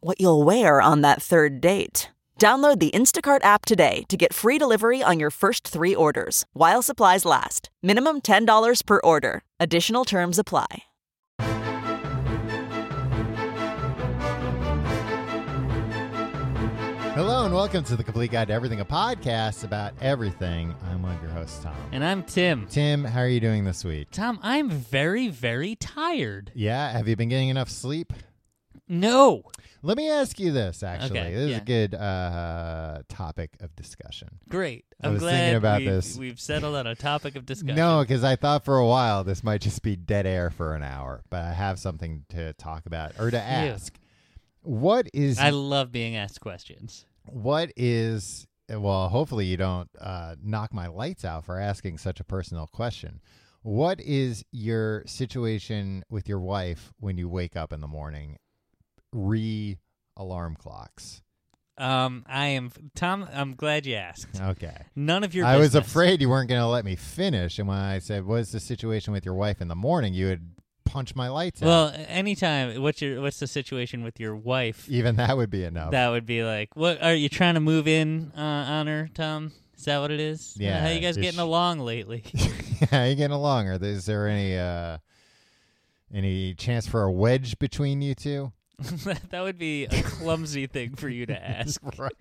what you'll wear on that third date. Download the Instacart app today to get free delivery on your first three orders while supplies last. Minimum $10 per order. Additional terms apply. Hello and welcome to the Complete Guide to Everything, a podcast about everything. I'm one of your hosts, Tom. And I'm Tim. Tim, how are you doing this week? Tom, I'm very, very tired. Yeah, have you been getting enough sleep? No. Let me ask you this. Actually, Okay, this is yeah. a good uh, topic of discussion. Great. I I'm was glad thinking about we've, this. we've settled on a topic of discussion. No, because I thought for a while this might just be dead air for an hour, but I have something to talk about or to ask. What is I love being asked questions. what is well hopefully you don't uh, knock my lights out for asking such a personal question what is your situation with your wife when you wake up in the morning re alarm clocks Um, I am Tom. I'm glad you asked. okay None of your. i was business. afraid you weren't going to let me finish and when i said what's the situation with your wife in the morning you would punch my lights out Well, anytime. What's your What's the situation with your wife? even that would be enough That would be like, what are you trying to move in uh, on her, Tom? Is that what it is? Yeah, How you guys just- getting along lately? How you getting along or is there any uh any chance for a wedge between you two that would be a clumsy thing for you to ask. right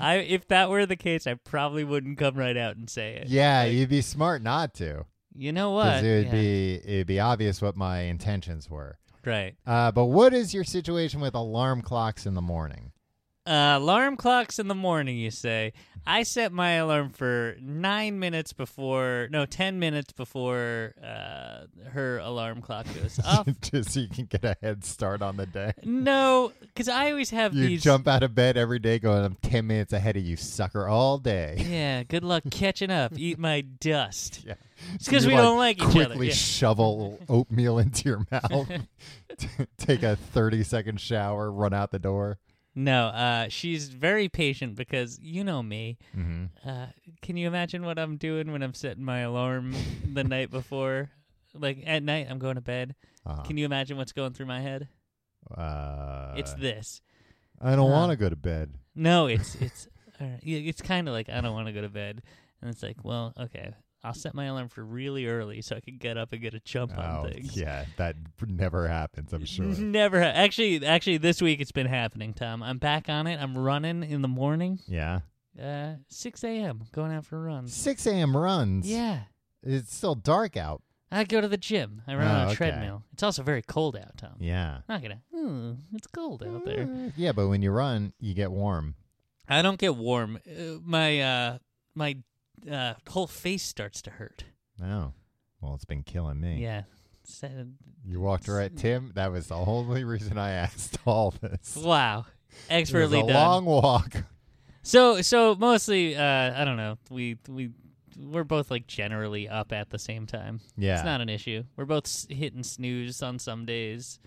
I if that were the case, I probably wouldn't come right out and say it. Yeah, Like, you'd be smart not to, you know because what? it would Yeah. be it'd be obvious what my intentions were. right. Uh, but what is your situation with alarm clocks in the morning? Uh, alarm clocks in the morning, you say. I set my alarm for nine minutes before, no, ten minutes before uh, her alarm clock goes off. Just so you can get a head start on the day. no, because I always have You these. jump out of bed every day, going, "I'm ten minutes ahead of you, sucker, all day." Yeah, good luck catching up. Eat my dust. Yeah, It's because You, we don't like each other. Quickly Yeah. shovel oatmeal into your mouth. T- Take a thirty second shower, run out the door. No, uh, she's very patient because you know me. Mm-hmm. Uh, can you imagine what I'm doing when I'm setting my alarm the night before? Like at night, I'm going to bed. Uh-huh. Can you imagine what's going through my head? Uh, it's this. I don't uh, want to go to bed. No, it's it's all right. Yeah, it's kind of like I don't want to go to bed, and it's like, well, okay, I'll set my alarm for really early so I can get up and get a jump Oh, on things. Mm-hmm. yeah, that never happens. I'm sure. Never ha- actually. Actually, this week it's been happening, Tom. I'm back on it. I'm running in the morning, Yeah. uh, 6 a.m. Going out for runs. 6 a.m. runs. Yeah, It's still dark out. I go to the gym. I run Oh, on a okay. treadmill. It's also very cold out, Tom. Yeah. Hmm. Not gonna. Hmm, it's cold out there. Uh, Yeah, but when you run, you get warm. I don't get warm. Uh, my uh, my uh, whole face starts to hurt. Oh. Well, it's been killing me. Yeah. Said- You walked right, Tim. That was the only reason I asked all this. Wow. It was a Expertly done. long walk. so so mostly uh, I don't know. We we we're both like generally up at the same time. Yeah. It's not an issue. We're both s- hitting snooze on some days.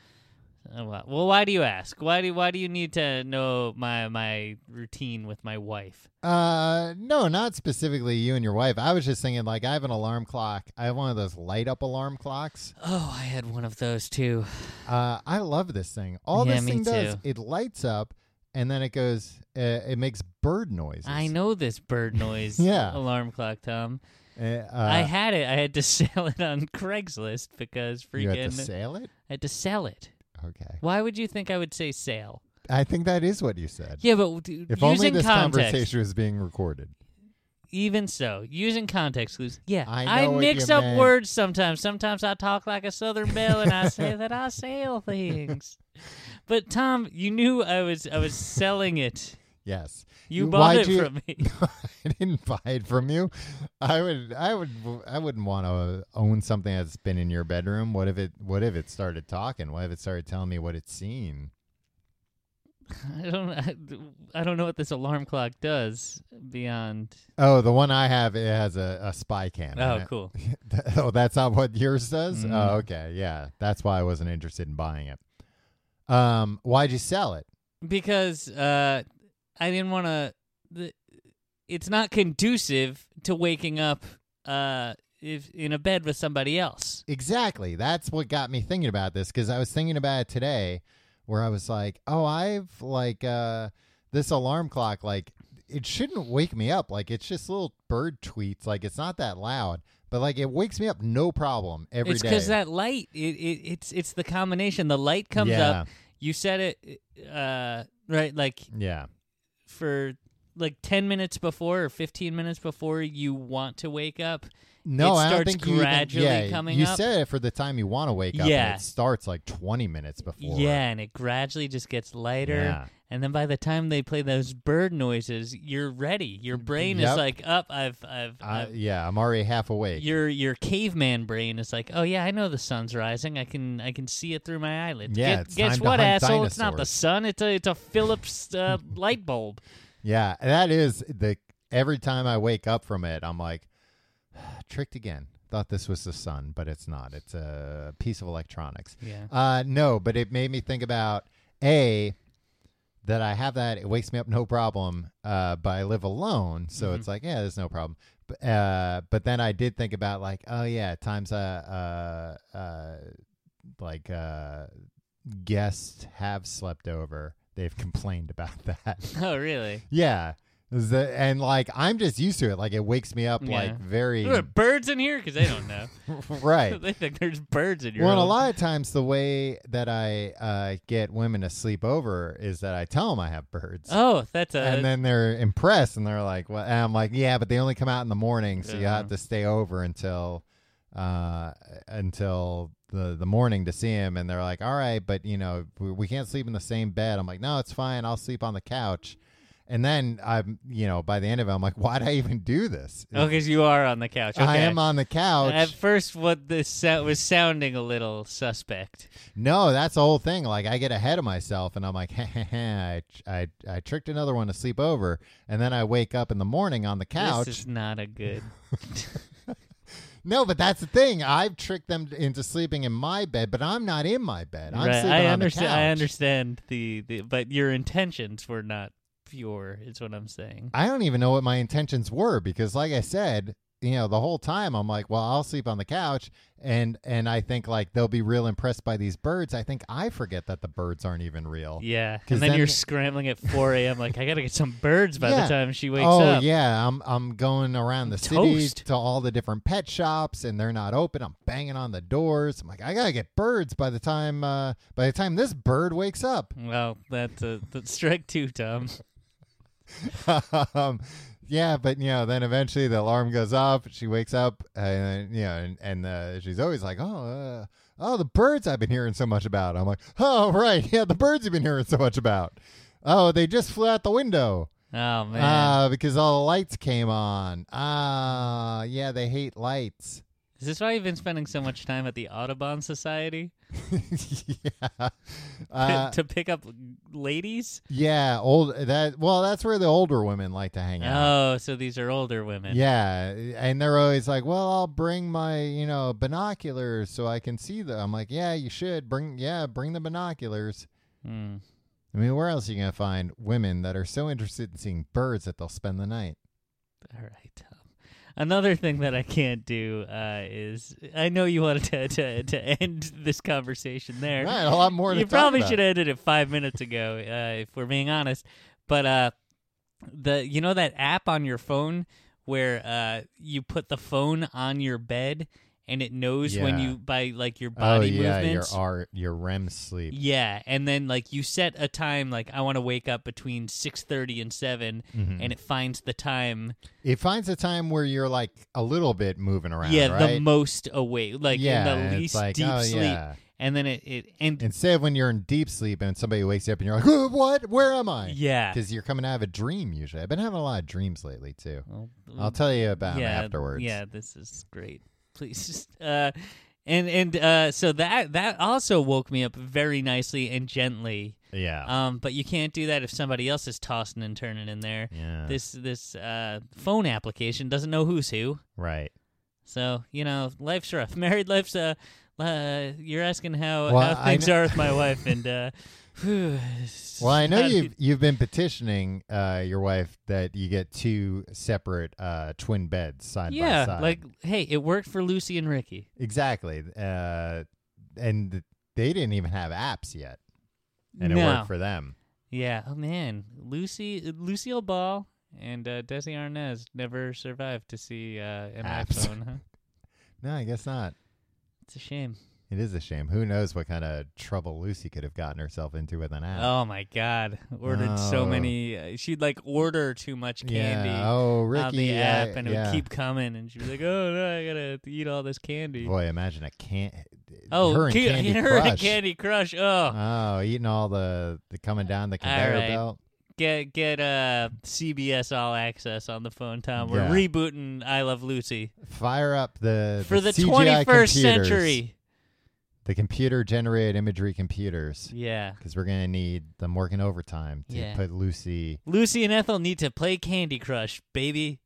Uh, wh- Well, why do you ask? Why do why do you need to know my my routine with my wife? Uh, no, not specifically you and your wife. I was just thinking, like, I have an alarm clock. I have one of those light up alarm clocks. Oh, I had one of those too. Uh, I love this thing. All Yeah, this me thing does, too. it lights up, and then it goes. Uh, it makes bird noises. I know this bird noise Yeah. alarm clock, Tom. Uh, uh, I had it. I had to sell it on Craigslist because you have to freaking sell it. I had to sell it. Okay. Why would you think I would say sale? I think that is what you said. Yeah, but d- If using only this context, conversation was being recorded. even so, using context clues. Yeah, I know what mix you up meant. words sometimes. Sometimes I talk like a Southern belle and I say that I sell things. But Tom, you knew I was I was selling it. Yes. You Y- bought why'd it you- from me. No, I didn't buy it from you. I would I would I wouldn't want to own something that's been in your bedroom. What if it what if it started talking? What if it started telling me what it's seen? I don't. I don't know what this alarm clock does beyond. Oh, the one I have it has a, a spy cam. in Oh, it. cool. oh, that's not what yours does. Mm. Oh, okay, yeah, that's why I wasn't interested in buying it. Um, why'd you sell it? Because uh, I didn't want to. It's not conducive to waking up uh, if in a bed with somebody else. Exactly. That's what got me thinking about this because I was thinking about it today, where I was like, oh, I've like uh, this alarm clock, like it shouldn't wake me up. Like it's just little bird tweets. Like it's not that loud, but like it wakes me up no problem every day. it's because that light. It, it, it's it's the combination. The light comes yeah, up. You said it uh, right, like Yeah. for like ten minutes before or fifteen minutes before you want to wake up. No, It I don't starts think you even- gradually yeah, coming You up. said it for the time you want to wake up. Yeah. And it starts like twenty minutes before. Yeah, and it gradually just gets lighter. Yeah. And then by the time they play those bird noises, you're ready. Your brain Yep. is like, up, I've, I've, I, I've Uh, yeah, I'm already half awake. your your caveman brain is like, oh yeah, I know the sun's rising. I can I can see it through my eyelids. Yeah, Get- it's guess time to what, hunt asshole? It's not the dinosaurs. sun. It's a it's a Phillips uh, light bulb. Yeah, that is the every time I wake up from it, I'm like tricked again. Thought this was the sun, but it's not. It's a piece of electronics. Yeah. Uh, no, but it made me think about a that I have that it wakes me up no problem. Uh, but I live alone, so it's like yeah, there's no problem. But uh, but then I did think about like oh yeah, at times uh uh uh like uh guests have slept over. They've complained about that. Oh really? Yeah. Is that- and like I'm just used to it. Like it wakes me up Yeah. like very There are birds in here because they don't know. right. they think there's birds in your. Well, and a home. lot of times the way that I uh, get women to sleep over is that I tell them I have birds. Oh, that's a. and then they're impressed and they're like, "Well," and I'm like, "Yeah, but they only come out in the morning, so you Yeah. have to stay over until uh until the the morning to see him." And they're like, "All right, but you know, we, we can't sleep in the same bed." I'm like, "No, it's fine. I'll sleep on the couch." And then I'm, you know, by the end of it, I'm like, "Why'd I even do this?" oh, because you are on the couch. Okay. I am on the couch. At first, what this sou- was sounding a little suspect. No, that's the whole thing. Like I get ahead of myself, and I'm like, I, I, I tricked another one to sleep over, and then I wake up in the morning on the couch. This is not a good. No, but that's the thing. I've tricked them into sleeping in my bed, but I'm not in my bed. I'm right, sleeping I on understand. the couch. I understand the, the, but your intentions were not pure. Is what I'm saying. I don't even know what my intentions were because, like I said, you know, the whole time I'm like, well, I'll sleep on the couch, and and I think like they'll be real impressed by these birds. I think I forget that the birds aren't even real. Yeah, 'Cause and then, then- you're scrambling at 4 a.m. Like I gotta get some birds by Yeah. the time she wakes oh up. yeah, I'm I'm going around the city Toast. to all the different pet shops, and they're not open. I'm banging on the doors. I'm like, I gotta get birds by the time uh, by the time this bird wakes up. Well, that's a that's strike two, Tom. um, yeah, but you know, then eventually the alarm goes off. She wakes up, and you know, and, and uh, she's always like, oh. Uh, Oh, the birds I've been hearing so much about. I'm like, oh, right. Yeah, the birds you've been hearing so much about. Oh, they just flew out the window. Oh man. Ah, because all the lights came on. Ah, yeah, they hate lights. Is this why you've been spending so much time at the Audubon Society yeah. to, Uh, to pick up ladies? yeah, old that well, that's where the older women like to hang out. Oh, so these are older women. yeah, and they're always like, "Well, I'll bring my, you know, binoculars so I can see them." I'm like, "Yeah, you should bring yeah, bring the binoculars." Hmm. I mean, where else are you going to find women that are so interested in seeing birds that they'll spend the night? All right, Tom. Another thing that I can't do uh, is I know you wanted to, to to end this conversation there. Right, a lot more to you talk probably about. should have ended it five minutes ago, uh, if we're being honest. But uh, the you know that app on your phone where uh, you put the phone on your bed and it knows when Yeah. you by like your Oh body yeah, movements. your R, your REM sleep. Yeah, and then like you set a time like I want to wake up between six thirty and 7 Mm-hmm. and it finds the time. It finds a time where you're like a little bit moving around. yeah, right? the most awake, like Yeah, in and the it's least like, deep oh, sleep, yeah. and then it it and Instead of when you're in deep sleep and somebody wakes you up and you're like, "Whoa, what? Where am I? yeah. Because you're coming out of a dream usually. I've been having a lot of dreams lately too. Well, I'll tell you about 'em yeah, oh, afterwards. Yeah, this is great. Please, just, uh, and and uh, so that that also woke me up very nicely and gently. Yeah. Um, but you can't do that if somebody else is tossing and turning in there. yeah. This this uh, phone application doesn't know who's who. right. So you know, life's rough. Married life's uh, uh you're asking how Well, how I things kn- are with my wife, and uh, whew, it's Well, I know not- you've you've been petitioning uh, your wife that you get two separate uh, twin beds side by Yeah, side. like hey, it worked for Lucy and Ricky. exactly. Uh, and th- they didn't even have apps yet, and it No. worked for them. Yeah. Oh man, Lucy Lucille Ball and uh, Desi Arnaz never survived to see uh, an Apps. iPhone. Huh? No, I guess not. It's a shame. It is a shame. Who knows what kind of trouble Lucy could have gotten herself into with an app? Oh my God! Ordered No. so many. Uh, she'd like order too much candy. Yeah. Oh, Ricky. on the I- app, and it yeah. would keep coming, and she'd be like, "Oh no, I gotta eat all this candy." Boy, imagine a can. Oh, her and ca- Candy her and Crush. Candy Crush. Oh, Oh, eating all the, the coming down the conveyor right. belt. get get uh CBS All Access on the phone, Tom. We're Yeah. rebooting I Love Lucy Fire up the for the CGI 21st computers, century. The computer generated imagery computers, Yeah, because we're gonna need them working overtime to Yeah. put Lucy. Lucy and Ethel need to play Candy Crush, baby.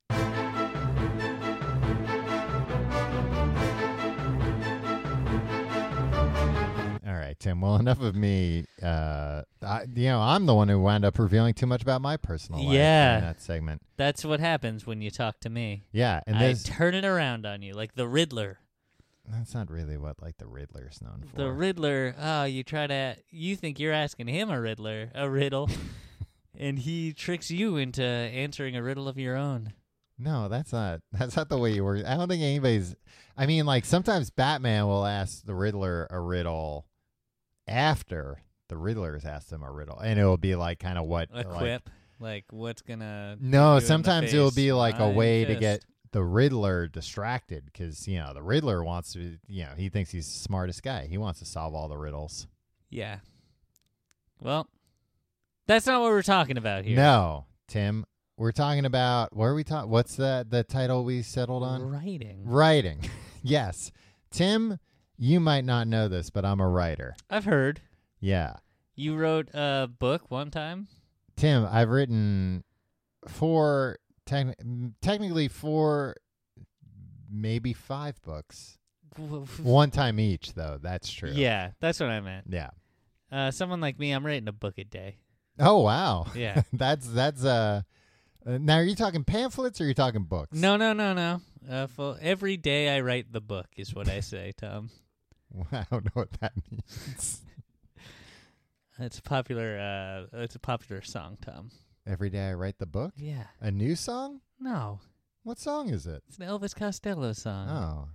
All right, Tim. Well, enough of me. Uh, I, you know, I'm the one who wound up revealing too much about my personal life Yeah. in that segment. That's what happens when you talk to me. Yeah, and I this turn it around on you like the Riddler. that's not really what like the Riddler's known for. The Riddler, oh, you try to, you think you're asking him a Riddler, a riddle, and he tricks you into answering a riddle of your own. No, that's not that's not the way you work. I don't think anybody's. I mean, like sometimes Batman will ask the Riddler a riddle after the Riddler has asked him a riddle, and it will be like kind of what A like- quip, like what's gonna? hit you No, in the sometimes it will face? be like a Iron way to fist. get the Riddler distracted because you know the Riddler wants to. You know, he thinks he's the smartest guy. He wants to solve all the riddles. Yeah. Well, that's not what we're talking about here. No, Tim, we're talking about what are we talking? What's the the title we settled on? writing. Writing. yes. Tim, you might not know this, but I'm a writer. I've heard Yeah. you wrote a book one time. Tim, I've written four, techni- m technically four, maybe five books. One time each, though. That's true. Yeah, that's what I meant. Yeah. Uh, someone like me, I'm writing a book a day. Oh, wow. Yeah. that's, that's, uh, uh, now are you talking pamphlets or are you talking books? No, no, no, no. Uh, full, every day I write the book is what I say, Tom. I don't know what that means. It's a popular. Uh, it's a popular song, Tom. Every day I write the book. Yeah. A new song? No, What song is it? it's an Elvis Costello song. Oh.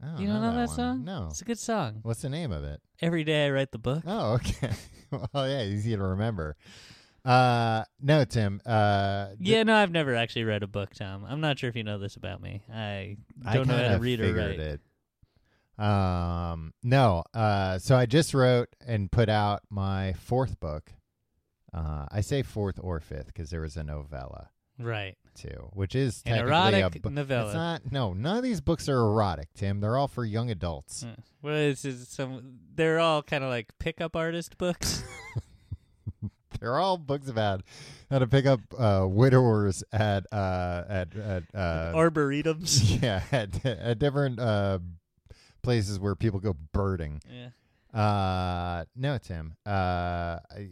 I you don't know, that, that, one. song? No. It's a good song. What's the name of it? Every day I write the book. Oh, okay. well, yeah, easy to remember. Uh, no, Tim. Uh, th- yeah, no, I've never actually read a book, Tom. I'm not sure if you know this about me. I I don't know how kinda to read or figured write. It. Um, no. Uh, so I just wrote and put out my fourth book. Uh, I say fourth or fifth because there was a novella Right. too, which is An technically a erotic bu- novella. It's not. No, none of these books are erotic, Tim. They're all for young adults. Uh, Well, this is some. They're all kind of like pickup artist books. They're all books about how to pick up uh, widowers at uh, at at uh, Arboretums. yeah, at, at different uh, places where people go birding. yeah. Uh, no, Tim. Uh, I,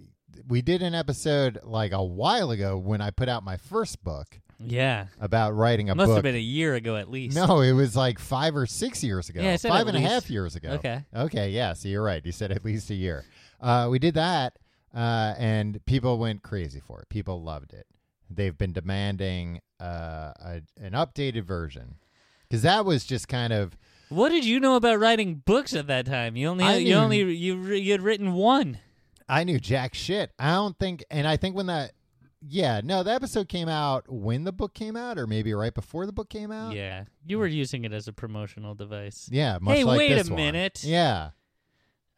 we did an episode like a while ago when I put out my first book Yeah. about writing a Must book. have been a year ago at least. no, it was like five or six years ago. Yeah, I said five at and a half least. years ago. Okay. Okay. Yeah. So you're right. You said at least a year. Uh, we did that, uh, and people went crazy for it. People loved it. They've been demanding uh, a, an updated version because that was just kind of What did you know about writing books at that time? You only I you knew- only you re- you had written one. I knew jack shit. I don't think, and I think when that, yeah, no, the episode came out when the book came out, or maybe right before the book came out. yeah, you were using it as a promotional device. yeah. Much Hey, like wait a this one. minute. Yeah,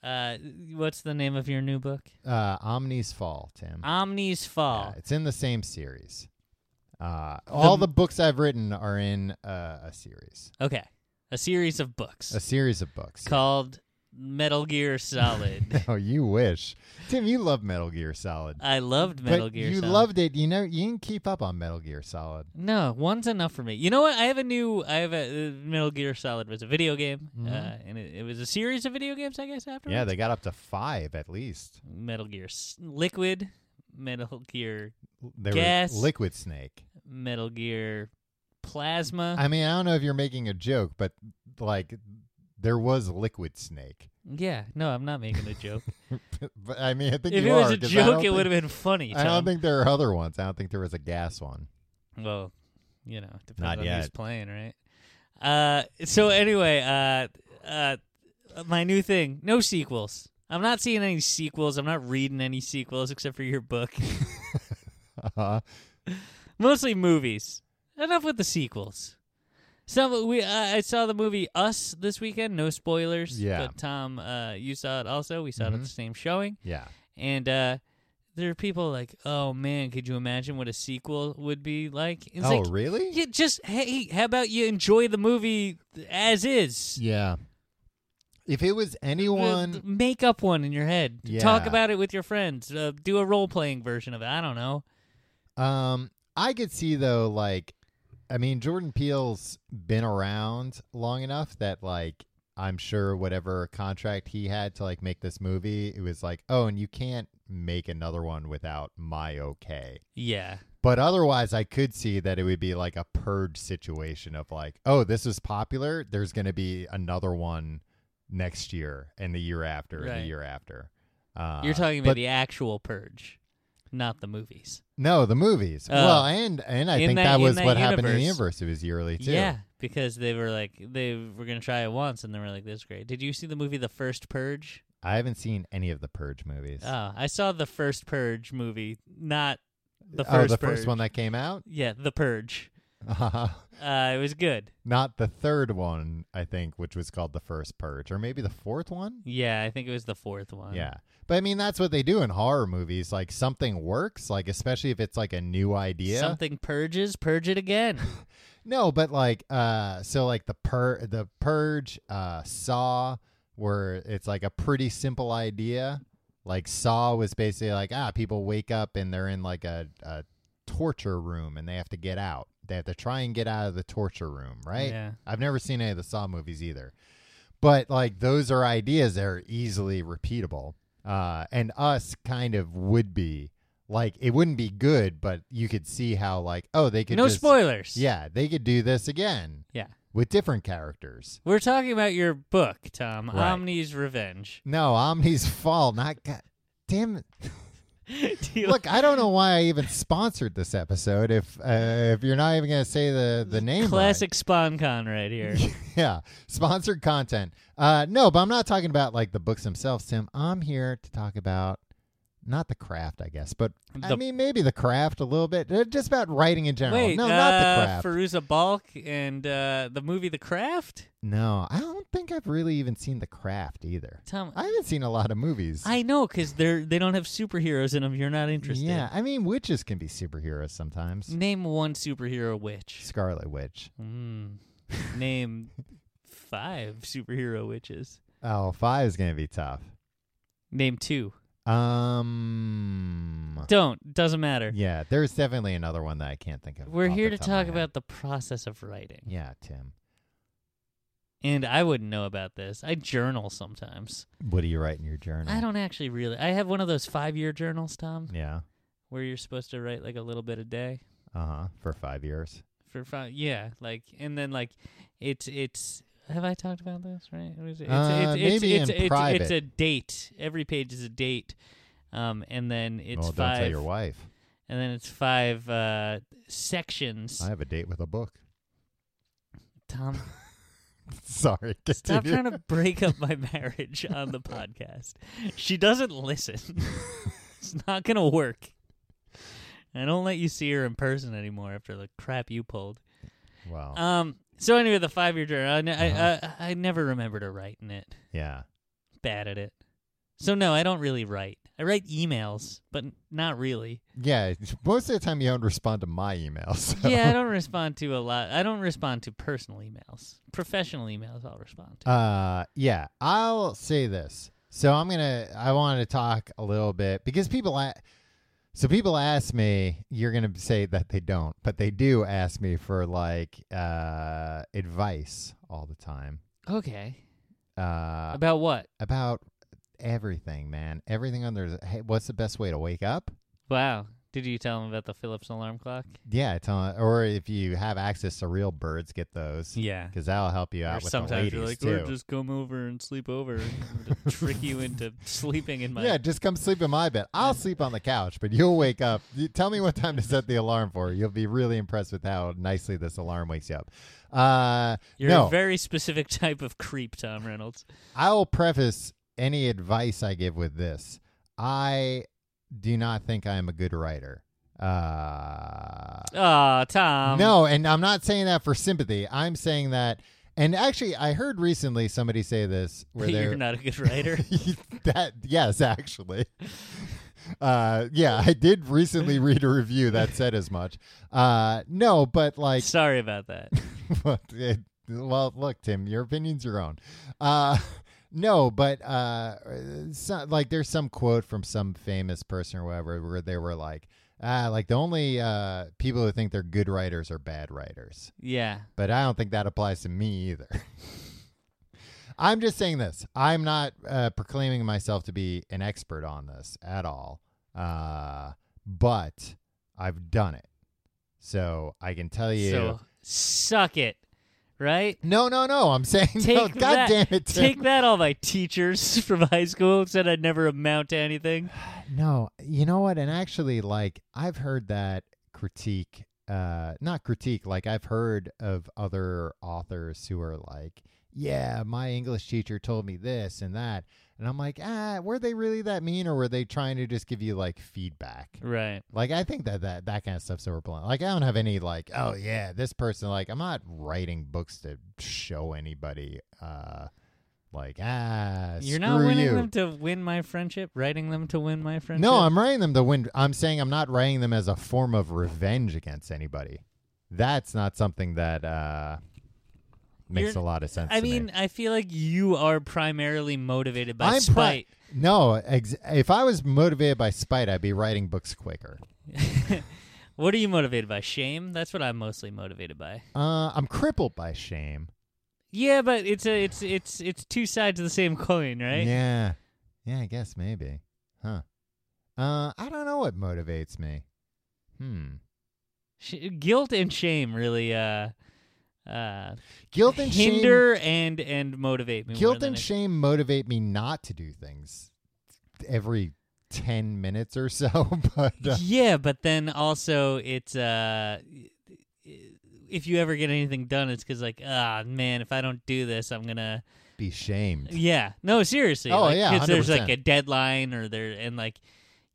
Uh, what's the name of your new book? uh, Omni's Fall, Tim. Omni's Hmm. Yeah, Fall. it's in the same series. Uh, all the books I've written are in uh, a series. Okay. a series of books A series of books. called Metal Gear Solid. oh, you wish. Tim, you love Metal Gear Solid. I loved Metal but Gear you Solid. loved it. You know, you didn't keep up on Metal Gear Solid. No, one's enough for me. You know what? I have a new. I have a uh, Metal Gear Solid was a video game, uh, and it, it was a series of video games, I guess. After Mm-hmm. Yeah, they got up to five at least. Metal Gear S- Liquid, Metal Gear, There Gas. was Liquid Snake. Metal Gear Plasma. I mean, I don't know if you're making a joke, but like there was Liquid Snake. yeah, no, I'm not making a joke. but I mean, I think if you it was are, a 'cause I don't joke, it think- would have been funny. I don't Tom. think there are other ones. I don't think there was a gas one. Well, you know, it depends Not on who's yet. playing, right? Uh, so anyway, uh, uh, my new thing: no sequels. I'm not seeing any sequels. I'm not reading any sequels except for your book. Uh-huh. Mostly movies. Enough with the sequels. Some we uh, I saw the movie Us this weekend. No spoilers. Yeah. Mm-hmm. But Tom, uh, you saw it also. We saw it at the same showing. Yeah. And uh, there are people like, oh man, could you imagine what a sequel would be like? It's oh, like, really? yeah, just hey, how about you enjoy the movie as is? Yeah. If it was Uh, anyone, Make up one in your head. Talk Yeah. about it with your friends. Uh, do a role playing version of it. I don't know. um, I could see though, like, I mean, Jordan Peele's been around long enough that, like, I'm sure whatever contract he had to like make this movie, it was like, oh, and you can't make another one without my okay. Yeah. But otherwise, I could see that it would be like a purge situation of like, oh, this is popular. There's going to be another one next year and the year after and Right. the year after. Uh, You're talking but about the actual purge, not the movies. no the movies. Oh. well, and and I In think that- that, in was that what happened in the universe. universe. It was yearly too. Yeah, because they were like they were gonna try it once, and they were like, "This is great." Did you see the movie The First Purge? I haven't seen any of the Purge movies. Oh, I saw the First Purge movie, not the oh, first. the first Purge. one that came out, Yeah, The Purge. Uh, it was good. not the third one. I think, which was called the first Purge, or maybe the fourth one. Yeah, I think it was the fourth one. Yeah. But I mean, that's what they do in horror movies. Like something works, like especially if it's like a new idea. Something purges, purge it again. No, but like, uh, so like the pur- the purge, uh, Saw, where it's like a pretty simple idea. Like Saw was basically like, ah, people wake up and they're in like a, a torture room and they have to get out. They have to try and get out of the torture room, right? Yeah. I've never seen any of the Saw movies either. But like those are ideas that are easily repeatable. Uh, and us kind of would be like it wouldn't be good, but you could see how like oh they could no just, spoilers. yeah, they could do this again Yeah. with different characters. We're talking about your book, Tom. Right. Omni's Revenge. No, Omni's fall, not God. Damn it! Do you- Look, I don't know why I even sponsored this episode. If uh, if you're not even going to say the the name, right. classic SpawnCon right here. yeah, sponsored content. Uh, no, but I'm not talking about like the books themselves, Tim. I'm here to talk about not the craft, I guess, but I The- mean maybe the craft a little bit. Uh, Just about writing in general. Wait, no, uh, not the craft. Feruza Balk and uh, the movie The Craft. no, I don't think I've really even seen the craft either. Tom, I haven't seen a lot of movies. I know because they're they don't have superheroes in them. You're not interested. Yeah, I mean, witches can be superheroes sometimes. Name one superhero witch. Scarlet Witch. Mm. Name five superhero witches. Oh, five is gonna be tough. Name two. Um, Don't. Doesn't matter. yeah, there's definitely another one that I can't think of. We're off here the to top of my talk head. about the process of writing. Yeah, Tim. And I wouldn't know about this. I journal sometimes. What do you write in your journal? I don't actually really. I have one of those five year journals, Tom, Yeah. where you're supposed to write like a little bit a day Uh huh. For five years. for five. Yeah, like and then like it's it's. Have I talked about this right? What is it? It's, Uh, maybe in it's, It's private. a date. Every page is a date, um, and then it's well, Oh, don't five. tell your wife. And then it's five uh, sections. I have a date with a book. Tom, Sorry. Stop continue. trying to break up my marriage on the podcast. She doesn't listen. it's not going to work. I don't let you see her in person anymore after the crap you pulled. Wow. Um. So anyway, the five year journal. I, ne- Uh-huh. I, I I never remember to write in it. yeah. Bad at it. So no, I don't really write. I write emails, but n- not really. Yeah, most of the time you don't respond to my emails. so. Yeah, I don't respond to a lot. I don't respond to personal emails. Professional emails, I'll respond to. Uh, yeah, I'll say this. So I'm gonna. I want to talk a little bit because people. A- so people ask me. You're gonna say that they don't, but they do ask me for like uh advice all the time. okay. Uh, About what? about everything, man. Everything under. the- Hey, what's the best way to wake up? Wow. Did you tell them about the Phillips alarm clock? Yeah, it's on. Or if you have access to real birds, get those. Yeah. Because that'll help you Or out with the sometimes ladies you're like, too. "Oh, just come over and sleep over, and to trick you into sleeping in my. Yeah, just come sleep in my bed. I'll sleep on the couch, but you'll wake up. You- Tell me what time to set the alarm for. You'll be really impressed with how nicely this alarm wakes you up. Uh, You're no, a very specific type of creep, Tom Reynolds. I will preface any advice I give with this. I do not think I am a good writer. Uh, Oh, Tom. no, and I'm not saying that for sympathy. I'm saying that, and actually, I heard recently somebody say this where they're you're not a good writer. that yes, actually. Uh, yeah, I did recently read a review that said as much. Uh, no, but like, Sorry about that. but it- well, look, Tim, your opinion's your own. Uh, no, but uh, so, like, there's some quote from some famous person or whatever where they were like, ah, like the only uh people who think they're good writers are bad writers Yeah. but I don't think that applies to me either. I'm just saying this. I'm not uh, proclaiming myself to be an expert on this at all, uh, but I've done it, so I can tell you. So suck it, right? no, no, no. I'm saying Take no. God that. damn it, Tim. Take that, all my teachers from high school said I'd never amount to anything. No, you know what? And actually, like I've heard that critique, uh, not critique. Like I've heard of other authors who are like, "Yeah, my English teacher told me this and that," and I'm like, "Ah, were they really that mean, or were they trying to just give you like feedback?" Right. Like I think that that that kind of stuff's overblown. Like I don't have any like, "Oh yeah, this person." Like I'm not writing books to show anybody. Uh, like ah, You're not screw winning you. them to win my friendship, writing them to win my friendship. No, I'm writing them to win. I'm saying I'm not writing them as a form of revenge against anybody. That's not something that uh, makes You're- a lot of sense. I to me. mean, I feel like you are primarily motivated by I'm pri- spite. no. Ex- if I was motivated by spite, I'd be writing books quicker. what are you motivated by? Shame? That's what I'm mostly motivated by. Uh, I'm crippled by shame. Yeah, but it's a it's it's it's two sides of the same coin, right? Yeah, yeah. I guess maybe. Huh. Uh, I don't know what motivates me. Hmm. Sh- guilt and shame really uh uh Guilt and shame- hinder and and motivate me. more Guilt than and it- shame motivate me not to do things every 10 minutes or so, but uh, Yeah, but then also it's uh if you ever get anything done, it's because like ah man, if I don't do this, I'm gonna be shamed. Yeah. No, seriously. Oh, like, yeah, 'cause there's like 100%. a deadline or there and like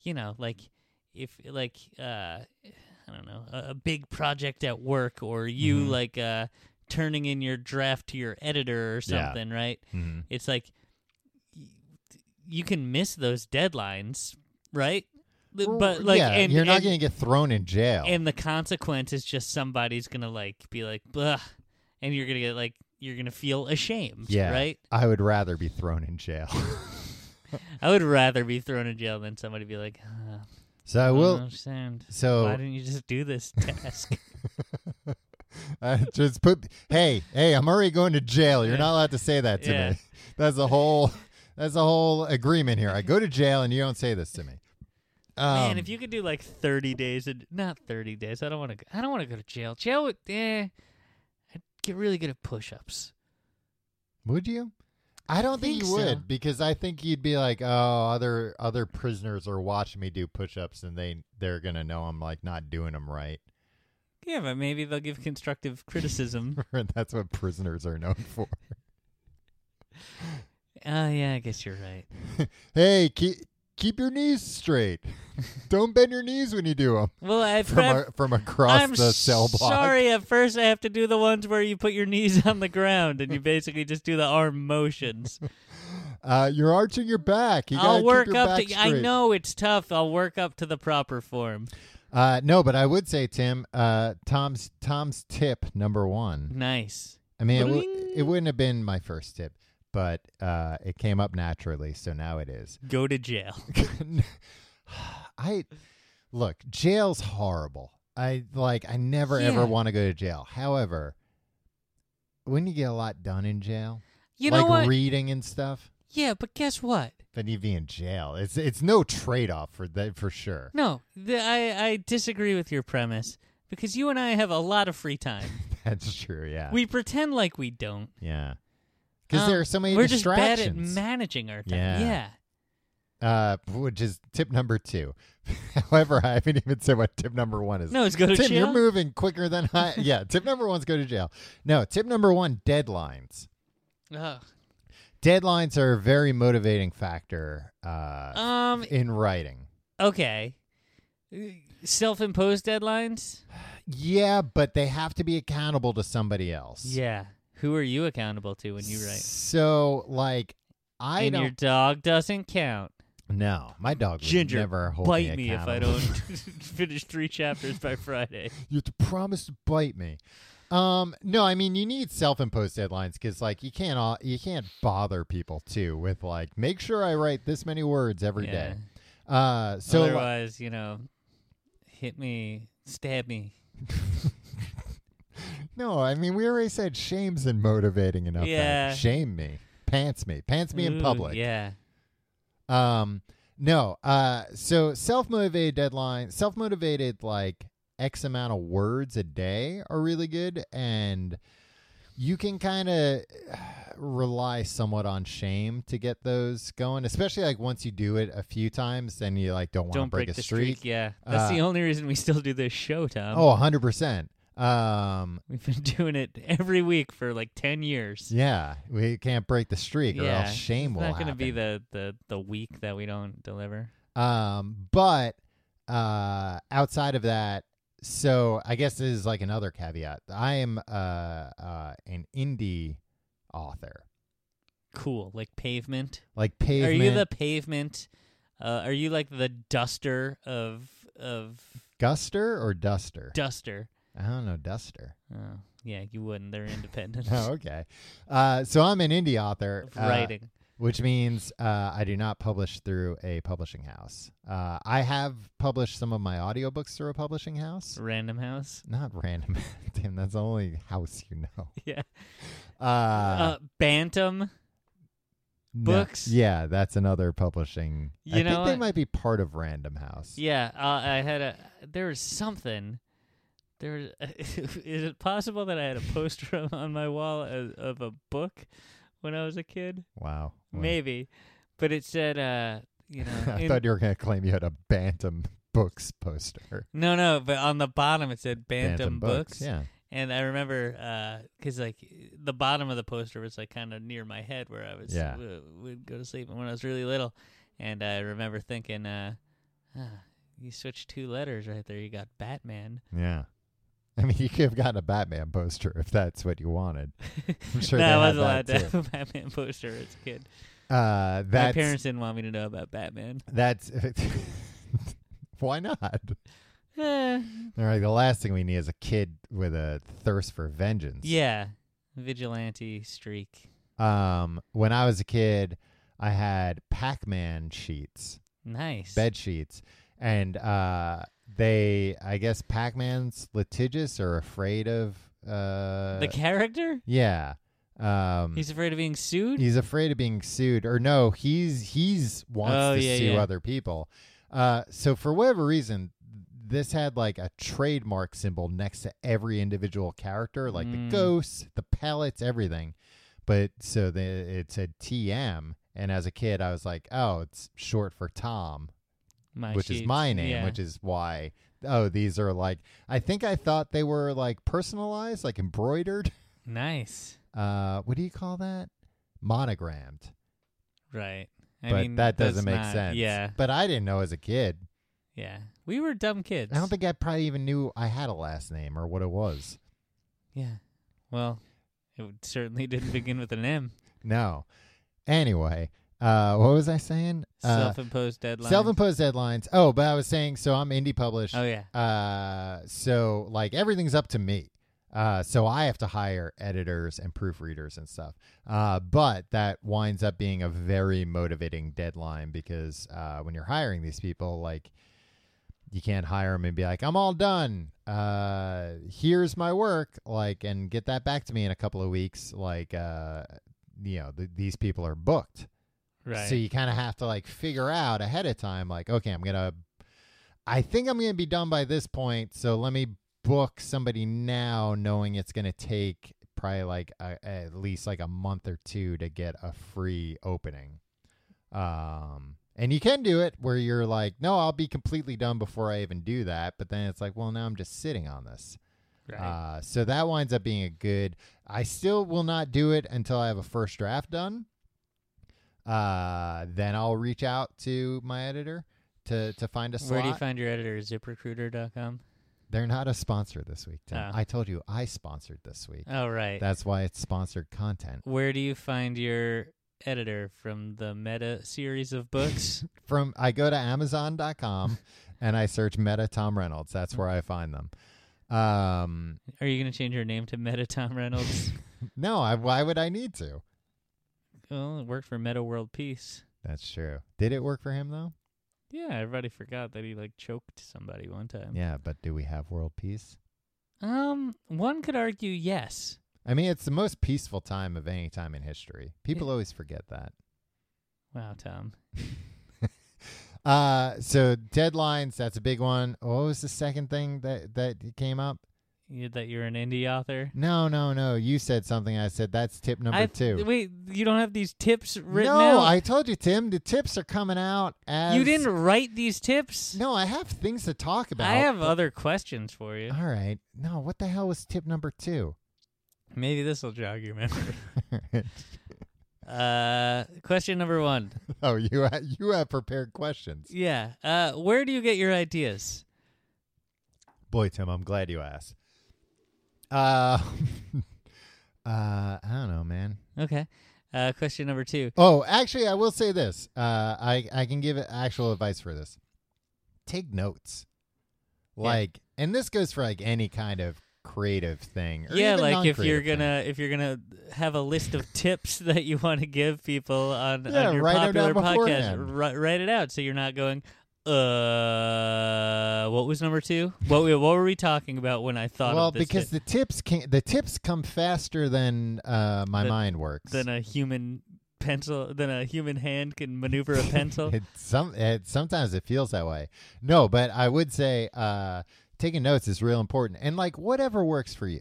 you know, like if like uh I don't know, a, a big project at work or you Mhm. like uh turning in your draft to your editor or Yeah. something, right? Mhm. It's like y- you can miss those deadlines, right? L- But like yeah, and you're not and- going to get thrown in jail. and the consequence is just somebody's gonna like be like, Bleh, and you're gonna get like you're gonna feel ashamed, yeah, right? I would rather be thrown in jail. I would rather be thrown in jail than somebody be like, uh, so I I will. don't understand. So- why didn't you just do this task? I just put. Hey, hey, I'm already going to jail. You're Yeah. not allowed to say that to Yeah. me. That's a whole. That's a whole agreement here. I go to jail, and you don't say this to me. Um, Man, if you could do like thirty days, and not thirty days, I don't want to. I don't want to go to jail. Jail, would, eh, I'd get really good at push-ups. Would you? I don't think, think you would so. because I think you'd be like, oh, other other prisoners are watching me do push-ups and they they're gonna know I'm like not doing them right. Yeah, but maybe they'll give constructive criticism. That's what prisoners are known for. Oh yeah, I guess you're right. hey, keep keep your knees straight. don't bend your knees when you do them Well, I from a, from across I'm the cell block. sorry. At first, I have to do the ones where you put your knees on the ground and you basically just do the arm motions. Uh, you're arching your back. You gotta I'll keep work your up back to. I straight. know it's tough. I'll work up to the proper form. Uh, no, but I would say Tim, uh, Tom's Tom's tip number one. Nice. I mean, it, w- Ba-ding. it wouldn't have been my first tip, but uh, it came up naturally, so now it is. Go to jail. I look, jail's horrible. I like I never Yeah. ever want to go to jail. However, wouldn't you get a lot done in jail? You like know what? reading and stuff? yeah, but guess what? Then you'd be in jail. It's it's no trade off for that for sure. No, th- I I disagree with your premise because you and I have a lot of free time. That's true, yeah. we pretend like we don't. yeah. Because Um, there are so many We're just bad at distractions. managing our time. Yeah. yeah. uh, which is tip number two. However, I haven't even said what tip number one is. No, it's go to Tim, jail. you're moving quicker than I. yeah, tip number one's go to jail. No, tip number one: deadlines. Ugh. Deadlines are a very motivating factor uh, Um. in writing. Okay. Self-imposed deadlines. Yeah, but they have to be accountable to somebody else. Yeah. Who are you accountable to when you write? So, like, I and don't your dog doesn't count. No, my dog would Ginger, never hold bite me, me if I accountable. don't finish three chapters by Friday. you have to promise to bite me. Um, no, I mean you need self-imposed deadlines because like you can't all, you can't bother people too with like make sure I write this many words every Yeah. day. Uh, so like- Otherwise, you know, hit me, stab me. no, I mean we already said shame's and motivating enough. that Yeah. shame me, pants me, pants me in Ooh, public. Yeah. Um, no, uh, so self-motivated deadline, self-motivated like X amount of words a day are really good, and you can kind of rely somewhat on shame to get those going. Especially like once you do it a few times, then you like don't want to Don't break, break a the streak. Yeah. That's Uh, the only reason we still do this show, Tom. Oh, hundred percent. Um, We've been doing it every week for like 10 years. yeah, we can't break the streak, or Yeah. else shame It's will not happen. going to be the, the, the week that we don't deliver. Um, but uh, outside of that, so I guess this is like another caveat. I am uh, uh, an indie author, Cool. Like pavement. like pavement. Are you the pavement? Uh, are you like the duster of of Guster or Duster? duster? I don't know, Duster. Oh, yeah, you wouldn't. They're independent. Oh, okay. Uh, so I'm an indie author, Of uh, writing. which means uh, I do not publish through a publishing house. Uh, I have published some of my audiobooks through a publishing house. Random House. Not random, Tim. That's the only house you know. Yeah. Uh, Uh, Bantam. No. books. Yeah, that's another publishing. You I think know they what? might be part of Random House. Yeah, uh, I had a. There was something. There is it possible that I had a poster on- on my wall of, of a book when I was a kid? Wow. Well, Maybe, but it said, uh, you know, I in- thought you were going to claim you had a Bantam Books poster. no, no. But on the bottom it said Bantam, Books. Yeah. And I remember because like the bottom of the poster was like kind of near my head where I was Yeah. w- would go to sleep when I was really little, and I remember thinking, uh, ah, you switched two letters right there. You got Batman. Yeah. I mean, you could have gotten a Batman poster if that's what you wanted. I'm sure no, they I had wasn't allowed that to too. have a Batman poster as a kid. Uh, that's, My parents didn't want me to know about Batman. That's. why not? Eh, All right, the last thing we need is a kid with a thirst for vengeance. yeah, vigilante streak. Um, when I was a kid, I had Pac-Man sheets. Nice. bed sheets and uh they i guess pac-man's litigious or afraid of uh the character. yeah um He's afraid of being sued. he's afraid of being sued or no he's he's wants Oh, to yeah, sue yeah. other people uh so for whatever reason this had like a trademark symbol next to every individual character like Mm. the ghosts the pellets everything but so the, it said tm and as a kid i was like oh it's short for tom my which is sheets. my name, Yeah. which is why. Oh, these are like I think I thought they were like personalized, like embroidered. nice. Uh, what do you call that? Monogrammed. Right. I but mean, that doesn't that's make not- sense. Yeah. But I didn't know as a kid. Yeah. We were dumb kids. I don't think I probably even knew I had a last name or what it was. Yeah. Well, it would- certainly didn't begin with an M. No. Anyway, Uh, what was I saying? Uh, Self-imposed deadline. self-imposed deadlines. Oh, but I was saying so I'm indie published. Oh yeah. Uh, so like everything's up to me. Uh, so I have to hire editors and proofreaders and stuff. Uh, but that winds up being a very motivating deadline because uh, when you're hiring these people, like you can't hire them and be like, "I'm all done. Uh, here's my work," like, and get that back to me in a couple of weeks. Like, uh, you know, th- these people are booked. Right. So you kind of have to like figure out ahead of time, like, okay, I'm gonna, I think I'm gonna be done by this point. So let me book somebody now, knowing it's gonna take probably like a, at least like a month or two to get a free opening. Um, and you can do it where you're like, no, I'll be completely done before I even do that. But then it's like, well, now I'm just sitting on this. right. Uh, so that winds up being a good. I still will not do it until I have a first draft done. Uh, then I'll reach out to my editor to to find a slot. Where do you find your editor? ZipRecruiter.com. They're not a sponsor this week. Tim. Oh. I told you I sponsored this week. Oh right. That's why it's sponsored content Where do you find your editor from the Meta series of books? from. I go to Amazon.com and I search Meta Tom Reynolds. That's where I find them. Um, Are you going to change your name to Meta Tom Reynolds? no, I, why would I need to? well, it worked for Meta World Peace. That's true. Did it work for him though? Yeah, everybody forgot that he like choked somebody one time. Yeah, but do we have world peace? Um, one could argue yes. I mean, it's the most peaceful time of any time in history. People always forget that. Wow, Tom. Uh, so deadlines, that's a big one. What was the second thing that that came up? You, that you're an indie author. No, no, no. You said something. I said that's tip number I, two. Wait, you don't have these tips written no, out? I told you, Tim. The tips are coming out as you didn't write these tips? No, I have things to talk about. Uh-huh. I have but- other questions for you. All right. No, what the hell was tip number two? Maybe this will jog your memory. uh, question number one. oh, you ha- you have prepared questions. Yeah. Uh, where do you get your ideas? Boy, Tim, I'm glad you asked. Uh, uh, I don't know, man. Okay. Uh, question number two. Oh, actually, I will say this. Uh, I I can give actual advice for this. Take notes, Yeah. like, and this goes for like any kind of creative thing. or yeah, even like if you're non-creative thing. gonna if you're gonna have a list of tips that you want to give people on, Yeah, on your write 'em popular down podcast, beforehand. wri- write it out so you're not going. Uh, what was number two? What we, what were we talking about when I thought well, of this because tip? the tips can the tips come faster than uh my Than- mind works. than a human pencil, than a human hand can maneuver a pencil. It some it, sometimes it feels that way. No, but I would say uh, taking notes is real important, and like whatever works for you.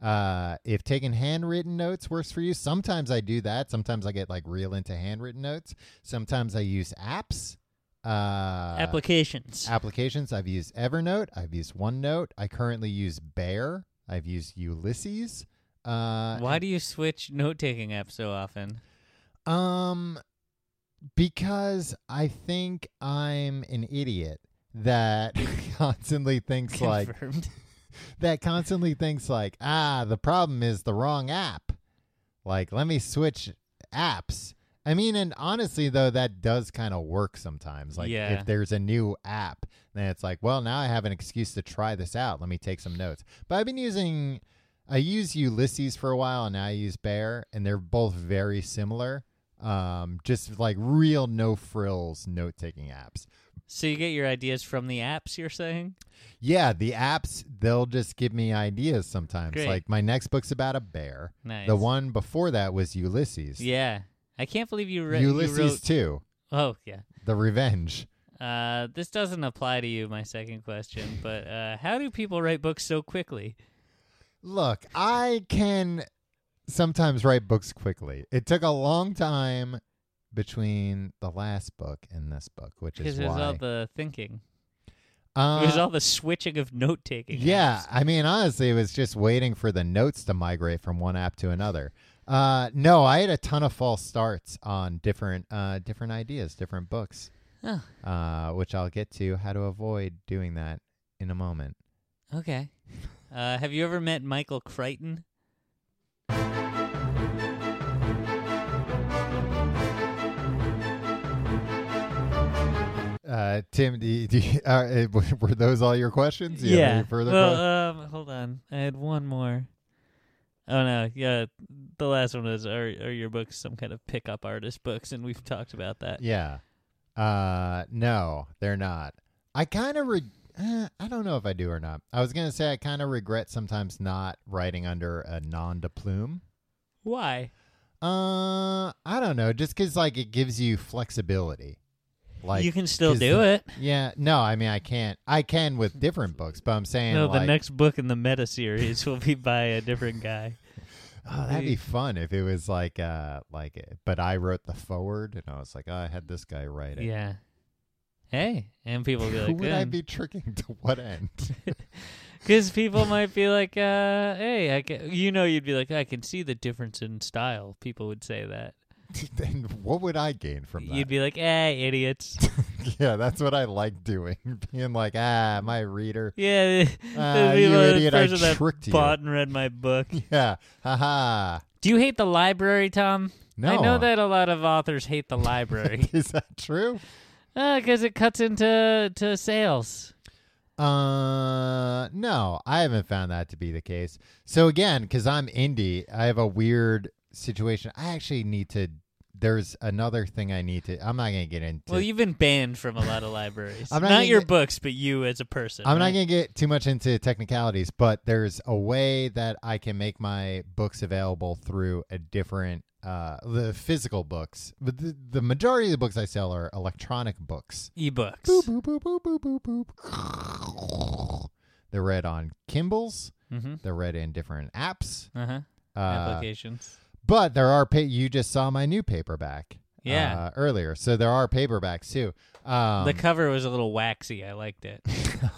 Uh, if taking handwritten notes works for you, sometimes I do that. Sometimes I get like real into handwritten notes. Sometimes I use apps. Uh, Applications. applications. I've used Evernote. I've used OneNote. I currently use Bear. I've used Ulysses. Uh, Why do you switch note taking apps so often? Um, because I think I'm an idiot that constantly thinks like Confirmed. that constantly thinks like ah the problem is the wrong app. Like let me switch apps. I mean, and honestly though, that does kind of work sometimes. Like Yeah. if there's a new app, then it's like, well, now I have an excuse to try this out. Let me take some notes. But I've been using. I used Ulysses for a while, and now I use Bear, and they're both very similar. Um, just like real no frills note taking apps. So you get your ideas from the apps you're saying? Yeah, the apps they'll just give me ideas sometimes. Great. Like my next book's about a bear. Nice. The one before that was Ulysses. Yeah. I can't believe you, re- Ulysses you wrote too. Oh, yeah. The Revenge. Uh, this doesn't apply to you, my second question, but uh, how do people write books so quickly? Look, I can sometimes write books quickly. It took a long time between the last book and this book, which Because is there's why. all the thinking. Uh, there's all the switching of note taking. Yeah, I mean, honestly, it was just waiting for the notes to migrate from one app to another. Uh, no, I had a ton of false starts on different uh, different ideas, different books, Oh. uh, which I'll get to how to avoid doing that in a moment. Okay. Uh, have you ever met Michael Crichton? Uh, Tim, do you, do you, uh, were those all your questions? Do you have any further questions? well, um, hold on. I had one more. Oh no, yeah. The last one was are are your books some kind of pickup artist books, and we've talked about that. Yeah. Uh, no, they're not. I kind of re- eh, I don't know if I do or not. I was gonna say I kind of regret sometimes not writing under a non de plume. Why? Uh, I don't know, just because like it gives you flexibility. Like you can still 'cause do the- it. Yeah. No, I mean I can't. I can with different books, but I'm saying No, like, the next book in the meta series will be by a different guy. Oh, that'd be fun if it was like uh like but I wrote the forward and I was like, oh, I had this guy write it. Yeah. Hey, and people will be Who like, um, would I be tricking to what end? Because people might be like, uh, hey, I can, you know, you'd be like, I can see the difference in style. People would say that. then what would I gain from that? You'd be like, hey, idiots. yeah, that's what I like doing. Being like, ah, my reader. yeah, Ah, the people- you the idiot, I person that tricked you. bought and read my book. Yeah. Haha. Do you hate the library, Tom? No. I know that a lot of authors hate the library Is that true? because it cuts into to sales. Uh, no, I haven't found that to be the case. So again, because I'm indie, I have a weird situation. I actually need to. There's another thing I need to. I'm not gonna get into. Well, you've been banned from a lot of libraries. I'm not not gonna your get- books, but you as a person. I'm not right? gonna get too much into technicalities, but there's a way that I can make my books available through a different. Uh, the physical books, but the, the majority of the books I sell are electronic books. ebooks. Boop, boop, boop, boop, boop, boop, boop. They're read on Kindles. Mm-hmm. They're read in different apps. Uh huh. Uh, Applications. but there are pa- you just saw my new paperback Yeah. uh, earlier so there are paperbacks too um, the cover was a little waxy. I liked it.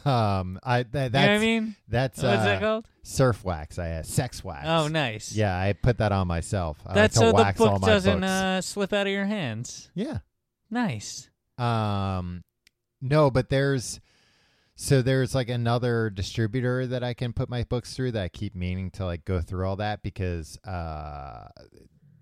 um i tha- that's you know what I mean? that's What's uh, that called? surf wax i uh, sex wax Oh, nice. yeah i put that on myself I That's like to so the wax all book my doesn't books. uh, slip out of your hands. yeah Nice. Um, no, but there's so there's like another distributor that I can put my books through that I keep meaning to like go through all that because uh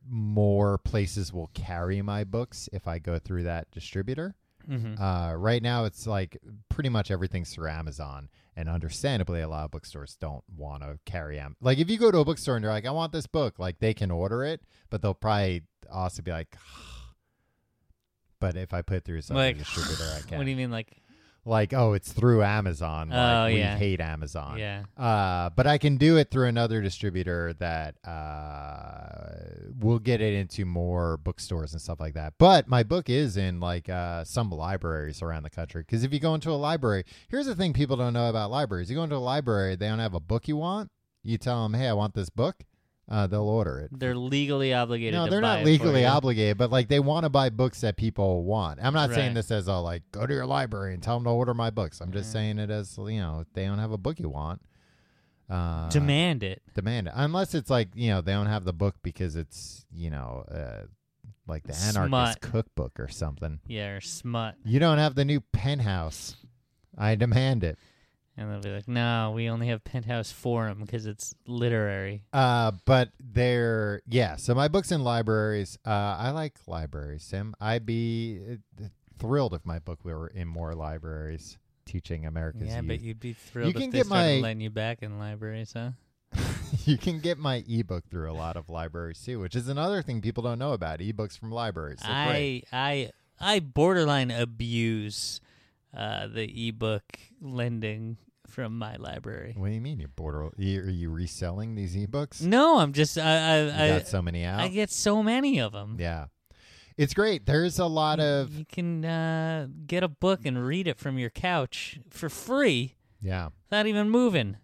more places will carry my books if I go through that distributor. hmm Uh, right now, it's like pretty much everything's through Amazon, and understandably, a lot of bookstores don't want to carry Am. Like, if you go to a bookstore and you're like, "I want this book," like they can order it, but they'll probably also be like, "But if I put it through some Like, distributor, I can." What do you mean, like? Like, oh, it's through Amazon. Like, Oh, we yeah. hate Amazon. Yeah. Uh, but I can do it through another distributor that uh, will get it into more bookstores and stuff like that. But my book is in like uh, some libraries around the country. Because if you go into a library, here's the thing people don't know about libraries. You go into a library, they don't have a book you want. You tell them, hey, I want this book. Uh, they'll order it. They're legally obligated. No, to they're buy not it for legally you. obligated, but like they want to buy books that people want. I'm not saying Right. Mm. this as a like go to your library and tell them to order my books. I'm just Yeah. saying it as you know if they don't have a book you want. Uh, Demand it. demand it. unless it's like you know they don't have the book because it's you know uh, like the anarchist Smut. cookbook or something. Yeah, or smut. You don't have the new penthouse. I demand it. And they'll be like, no, we only have Penthouse Forum because it's literary. Uh, but they're yeah. So my books in libraries. Uh, I like libraries, Sim. I'd be uh, thrilled if my book were in more libraries teaching America's Yeah, but youth. you'd be thrilled can if they get started my- letting you back in libraries, huh? you can get my ebook through a lot of libraries too, which is another thing people don't know about ebooks from libraries. They're great. I I I borderline abuse uh, the ebook lending from my library. What do you mean you border? You, are you reselling these ebooks? No, I'm just I you Mm, I I, got so many out. I get so many of them. yeah, it's great. There's a lot of you can uh, get a book and read it from your couch for free yeah. without even moving.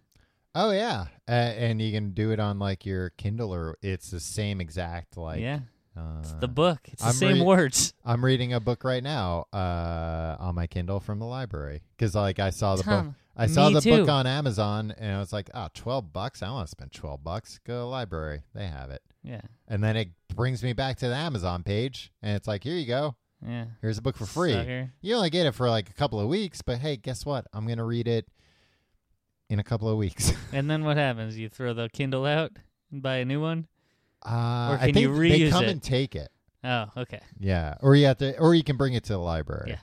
Oh yeah, uh, and you can do it on like your Kindle or it's the same exact like yeah, Uh, it's the book. It's the I'm same re- words. I'm reading a book right now uh, on my Kindle from the library because like I saw the book. Tom, I saw me the book too. on Amazon and I was like, oh, 12 bucks. I don't want to spend 12 bucks. Go to the library. They have it. Yeah, And then it brings me back to the Amazon page and it's like, here you go. yeah. Here's a book for free. Sucker. You only get it for like a couple of weeks, but hey, guess what? I'm going to read it in a couple of weeks. And then what happens? You throw the Kindle out and buy a new one. Uh, Or I can think you they reuse come it? and take it. Oh, okay. Yeah. Or you have to, or you can bring it to the library. Yeah.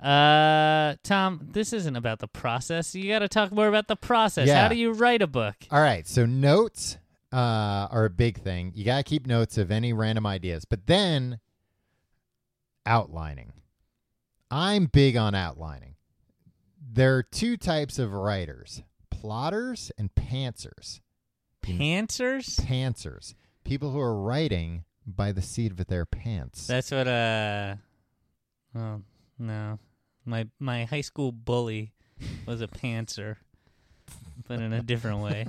Uh, Tom, this isn't about the process. You got to talk more about the process. Yeah. Uh, How do you write a book? All right. So notes uh, are a big thing. You got to keep notes of any random ideas, but then outlining. I'm big on outlining. There are two types of writers plotters and pantsers. Pantsers? Pantsers. People who are writing by the seat of their pants. That's what uh well, no. My my high school bully was a pantser. But in a different way.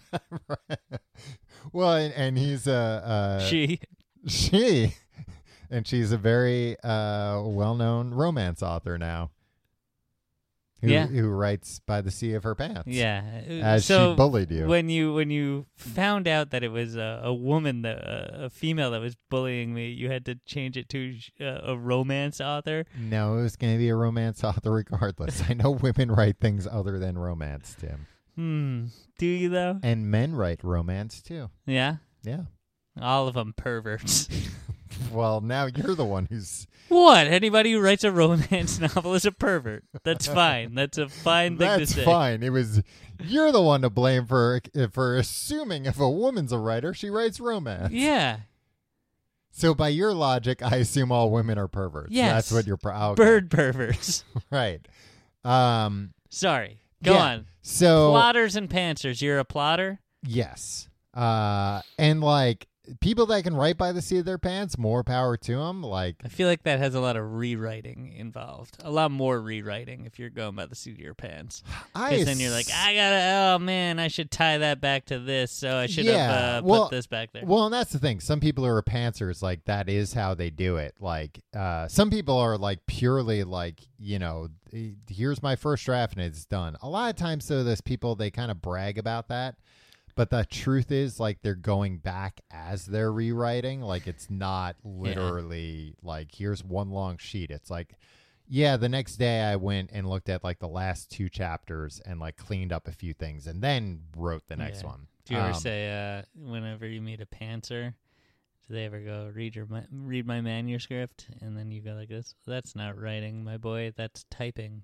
well, and, and he's a. Uh, she she and she's a very uh, well-known romance author now who, Yeah. who writes by the sea of her pants Yeah. as so she bullied you when you when you found out that it was a, a woman that uh, a female that was bullying me, you had to change it to sh- uh, a romance author. no it was going to be a romance author regardless i know women write things other than romance tim Hmm. Do you though? and men write romance too Yeah. yeah All of them perverts. well now you're the one who's what? Anybody who writes a romance novel is a pervert. That's fine. That's a fine thing that's to say. fine it was you're the one to blame for for assuming if a woman's a writer she writes romance Yeah. So by your logic, I assume all women are perverts. Yes. that's what you're. Per- oh, okay. Bird perverts. right? Um, Sorry. Go yeah. on. So Plotters and pantsers. You're a plotter? yes, uh, and like people that can write by the seat of their pants, more power to them. Like I feel like that has a lot of rewriting involved. A lot more rewriting if you're going by the seat of your pants. I, Because then you're like, I gotta, oh man, I should tie that back to this, so I should Yeah, have uh, well- put this back there. Well, and that's the thing. Some people are pantsers. Like that is how they do it. Like uh, some people are like purely like you know, eh, here's my first draft and it's done. A lot of times though, those people they kind of brag about that. But the truth is, like they're going back as they're rewriting. Like it's not literally like here's one long sheet. It's like, yeah, the next day I went and looked at like the last two chapters and like cleaned up a few things and then wrote the next Yeah. one. do you ever Um, say, uh, whenever you meet a pantser, do they ever go read your ma- read my manuscript, and then you go like this? That's not writing, my boy. That's typing.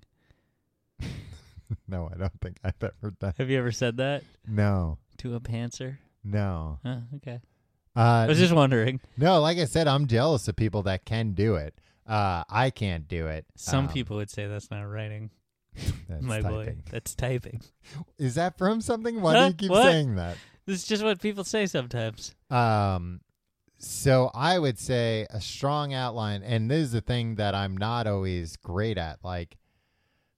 No, I don't think I've ever done. Have you ever said that No, to a pantser? no. Huh, okay, I Uh, was just wondering. no, like I said, I'm jealous of people that can do it. Uh, I can't do it. Some Um, people would say that's not writing, that's my boy. typing. That's typing. Is that from something? Why do Huh? you keep What? saying that? This is just what people say sometimes. Um, so I would say a strong outline, and this is the thing that I'm not always great at. Like,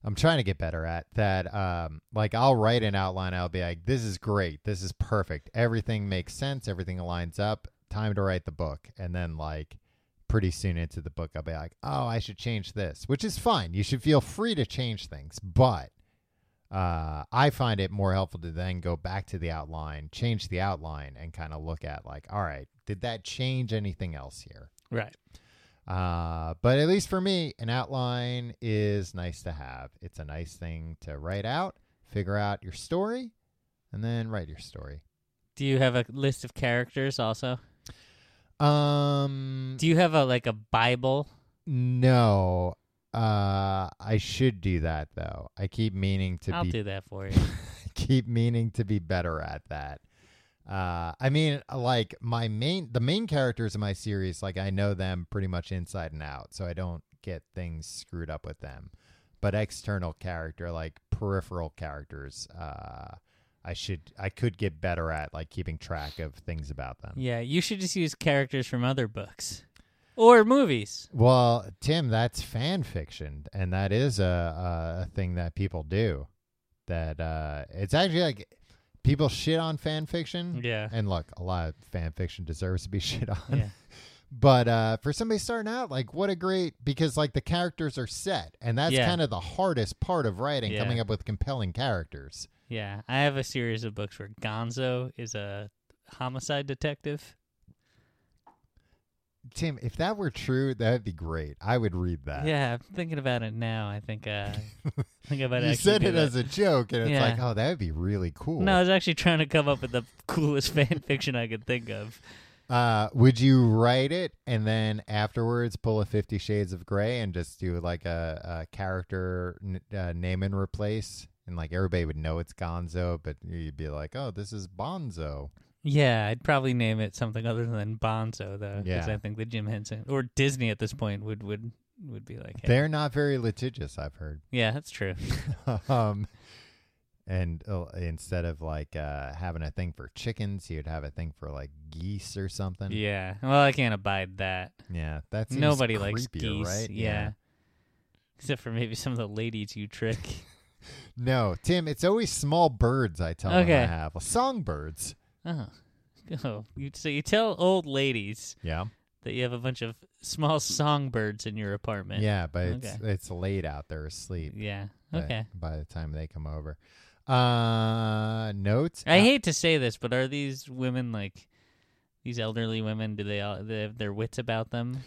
I'm trying to get better at that. Um, like I'll write an outline. I'll be like, "This is great. This is perfect. Everything makes sense. Everything lines up. Time to write the book." And then like. Pretty soon into the book, I'll be like, "Oh, I should change this," which is fine. You should feel free to change things, but uh, I find it more helpful to then go back to the outline, change the outline, and kind of look at like, all right, did that change anything else here? Right. Uh, but at least for me, an outline is nice to have. It's a nice thing to write out, figure out your story, and then write your story. Do you have a list of characters also? Um, Do you have a like a Bible? no, uh, I should do that though. I keep meaning to I'll be do that for you. keep meaning to be better at that. Uh, I mean, like my main, the main characters in my series, like I know them pretty much inside and out, so I don't get things screwed up with them. But external character, like peripheral characters, uh, I should, I could get better at like keeping track of things about them. yeah, you should just use characters from other books or movies. Well, Tim, that's fan fiction, and that is a, a thing that people do. That uh, it's actually like people shit on fan fiction. Yeah. And look, a lot of fan fiction deserves to be shit on. Yeah. But uh, for somebody starting out, like, what a great because like the characters are set, and that's Yeah. kind of the hardest part of writing, Yeah. coming up with compelling characters. Yeah, I have a series of books where Gonzo is a homicide detective. Tim, if that were true, that'd be great. I would read that. yeah, I'm thinking about it now. I think uh, I think I might you actually said do it that. as a joke, and it's Yeah. like, oh, that would be really cool. No, I was actually trying to come up with the coolest fan fiction I could think of. Uh, would you write it and then afterwards pull a Fifty Shades of Grey and just do like a, a character n- uh, name and replace? And like everybody would know it's Gonzo, but you'd be like, oh, this is Bonzo. Yeah, I'd probably name it something other than Bonzo though, because Yeah. I think the Jim Henson or Disney at this point would would would be like, hey. They're not very litigious, I've heard. yeah, that's true. um, and uh, instead of like uh, having a thing for chickens, you'd have a thing for like geese or something. yeah, well, I can't abide that. Yeah, that's Nobody likes creepier, geese, right? Yeah. except for maybe some of the ladies you trick. No, Tim, it's always small birds. I tell them Okay. I have songbirds. oh, oh, you, so you tell old ladies Yeah, that you have a bunch of small songbirds in your apartment. yeah, but it's Okay. it's late out. They're asleep. yeah, by- okay. By, the time they come over, uh, notes. I hate to say this, but are these women like these elderly women? Do they all they have their wits about them?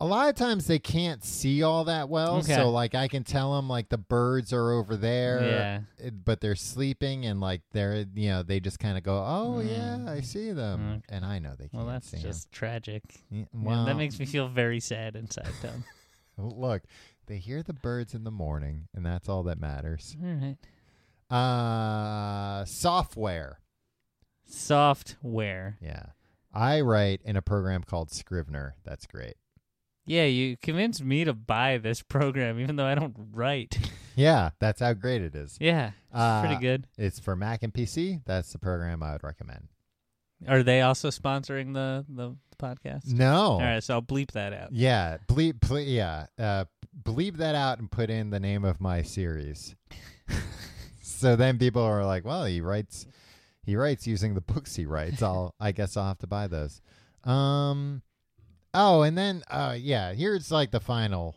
A lot of times they can't see all that well, Okay. so like I can tell them like the birds are over there. Yeah. uh, But they're sleeping and like they're you know they just kind of go oh Mm. yeah I see them Okay. and I know they can't Well, that's see 'em. just tragic. Yeah, Yeah, well, that makes me feel very sad inside, Tom. look they hear the birds in the morning and that's all that matters. all right, Uh, software. software. Yeah. I write in a program called Scrivener. That's great. Yeah, you convinced me to buy this program, even though I don't write. Yeah, that's how great it is. yeah, it's Uh, pretty good. It's for Mac and PC. That's the program I would recommend. Are they also sponsoring the the podcast? No. All right, so I'll bleep that out. Yeah, bleep, ble- yeah, uh, bleep that out and put in the name of my series. so then people are like, "Well, he writes, he writes using the books he writes." I'll, I guess, I'll have to buy those. Um, oh, and then, uh, yeah, here's like the final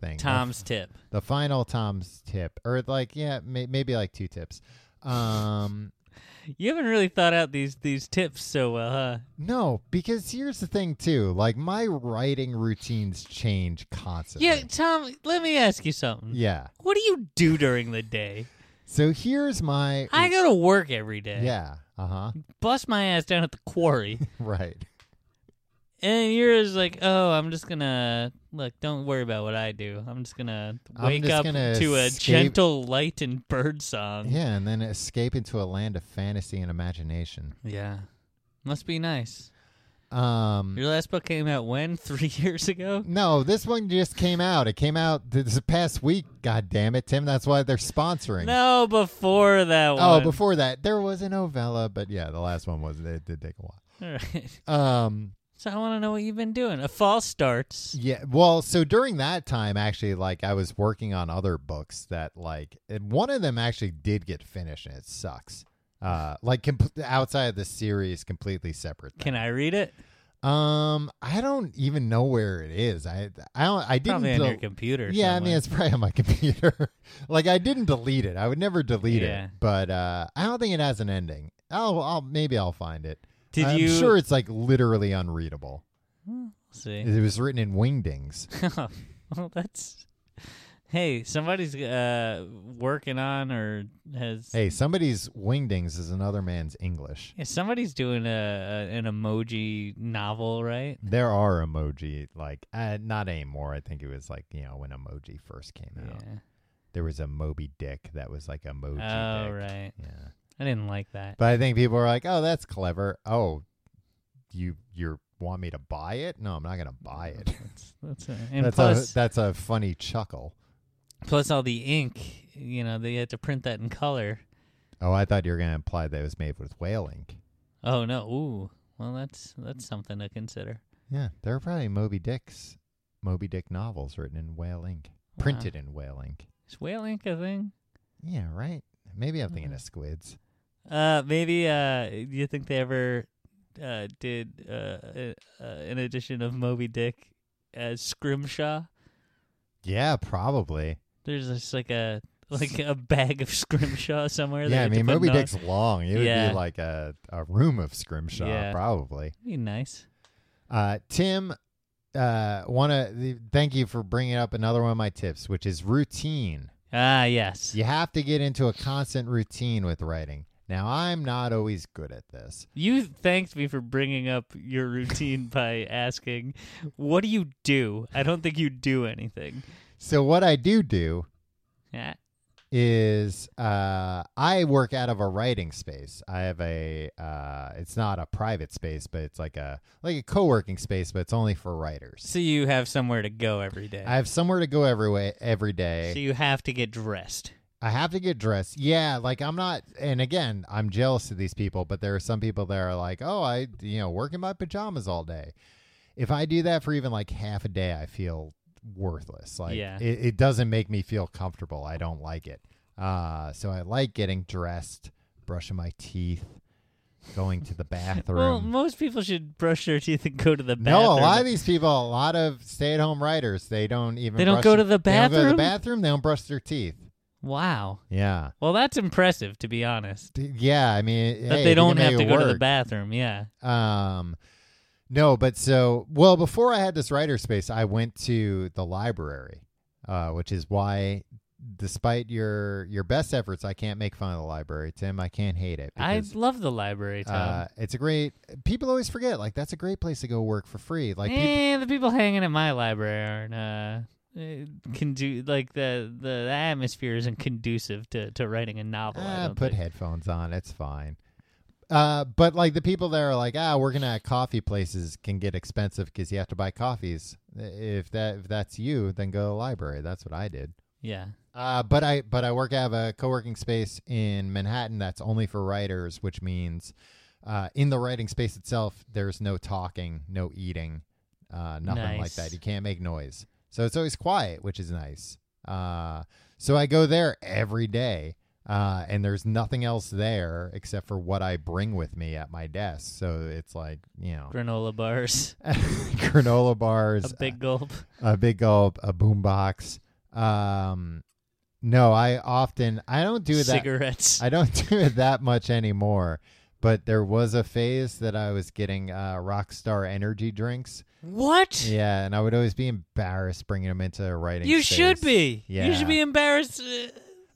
thing. The Tom's tip. the final Tom's tip, or like, yeah, may- maybe like two tips. Um, You haven't really thought out these these tips so well, huh? no, because here's the thing too. Like my writing routines change constantly. Yeah, Tom. Let me ask you something. Yeah. What do you do during the day? So here's my. I go to work every day. yeah. Uh huh. Bust my ass down at the quarry. Right. and you're just like, oh, I'm just gonna look. Don't worry about what I do. I'm just gonna I'm wake just up gonna to a escape- gentle light and bird song. Yeah, and then escape into a land of fantasy and imagination. Yeah. must be nice. Um. Your last book came out when? Three years ago. No, this one just came out. It came out this past week. God damn it, Tim. That's why they're sponsoring. No, before that one. Oh, before that, there was a novella, but yeah, the last one was it did take a while. All right. Um, So I want to know what you've been doing. A false starts. yeah, well, so during that time, actually, like I was working on other books that, like, and one of them actually did get finished, and it sucks. Uh, like comp- outside of the series, completely separate. thing. Can I read it? Um, I don't even know where it is. I I don't. I didn't. Probably on del- your computer. Yeah, I mean somewhere. it's probably on my computer. like I didn't delete it. I would never delete Yeah. it. But uh, I don't think it has an ending. I'll, I'll maybe I'll find it. Did I'm you? sure it's like literally unreadable. See. It was written in wingdings. well, that's. Hey, somebody's uh, working on or has. hey, somebody's wingdings is another man's English. Yeah, somebody's doing a, a an emoji novel, right? There are emoji like uh, not anymore. I think it was like you know when emoji first came out. There was a Moby Dick that was like emoji. Yeah. Oh, dick. right. Yeah. I didn't like that. But I think people are like, "Oh, that's clever. Oh, you you want me to buy it? No, I'm not going to buy it." That's, that's a, and that's plus, a that's a funny chuckle. plus all the ink. You know, they had to print that in color. Oh, I thought you were going to imply that it was made with whale ink. Oh no! Ooh, well, that's that's something to consider. Yeah, there are probably Moby Dick's Moby Dick novels written in whale ink, Wow. printed in whale ink. Is whale ink a thing? Yeah, right. Maybe I'm Mm-hmm. thinking of squids. Uh, maybe. Uh, do you think they ever uh did uh, uh uh, an edition of Moby Dick as Scrimshaw? Yeah, probably. There's just like a like a bag of Scrimshaw somewhere. they yeah, I had to mean put Moby in our- Dick's long. It would Yeah. be like a, a room of scrimshaw, Yeah. probably. Be nice. Uh, Tim, uh, want to thank you for bringing up another one of my tips, which is routine. Ah, yes. You have to get into a constant routine with writing. Now, I'm not always good at this. You thanked me for bringing up your routine by asking, "What do you do?" I don't think you do anything. So, what I do do Yeah. is uh, I work out of a writing space. I have a uh, it's not a private space, but it's like a like a co-working space, but it's only for writers. So you have somewhere to go every day. I have somewhere to go every way, every day. so you have to get dressed. I have to get dressed. Yeah, like I'm not and again, I'm jealous of these people, but there are some people that are like, "Oh, I, you know, work in my pajamas all day." If I do that for even like half a day, I feel worthless. Like Yeah. it, it doesn't make me feel comfortable. I don't like it. Uh, so I like getting dressed, brushing my teeth, going to the bathroom. Well, most people should brush their teeth and go to the bathroom. No, a lot of these people, a lot of stay-at-home writers, they don't even They don't brush go their- to the they don't go to the bathroom? bathroom. They don't brush their teeth. Wow. Yeah. Well, that's impressive to be honest. D- Yeah, I mean, hey, That they if you don't can have make to it go to the work. bathroom. Yeah. Um, no, but so well before I had this writer space, I went to the library, uh, which is why, despite your your best efforts, I can't make fun of the library, Tim. I can't hate it. I because, love the library, Tom. uh, it's a great. People always forget like that's a great place to go work for free. Like people, Eh, the people hanging at my library aren't uh, eh, can do like the, the the atmosphere isn't conducive to, to writing a novel. I ah, don't put think. headphones on, it's fine. Uh, but like the people that are like, ah, working at coffee places can get expensive because you have to buy coffees. If that if that's you, then go to the library. That's what I did. Yeah. Uh, but I but I work out of a co-working space in Manhattan that's only for writers, which means uh, in the writing space itself, there's no talking, no eating, uh, nothing like Nice. that. You can't make noise, so it's always quiet, which is nice. Uh, so I go there every day, uh, and there's nothing else there except for what I bring with me at my desk. So it's like you know, Granola bars, granola bars, a big uh, gulp. a big gulp, a boombox. Um, no, I often I don't do that. cigarettes. I don't do it that much anymore. But there was a phase that I was getting uh, Rockstar energy drinks. what? Yeah, and I would always be embarrassed bringing them into a writing. You space. should be. You Yeah. should be embarrassed. uh,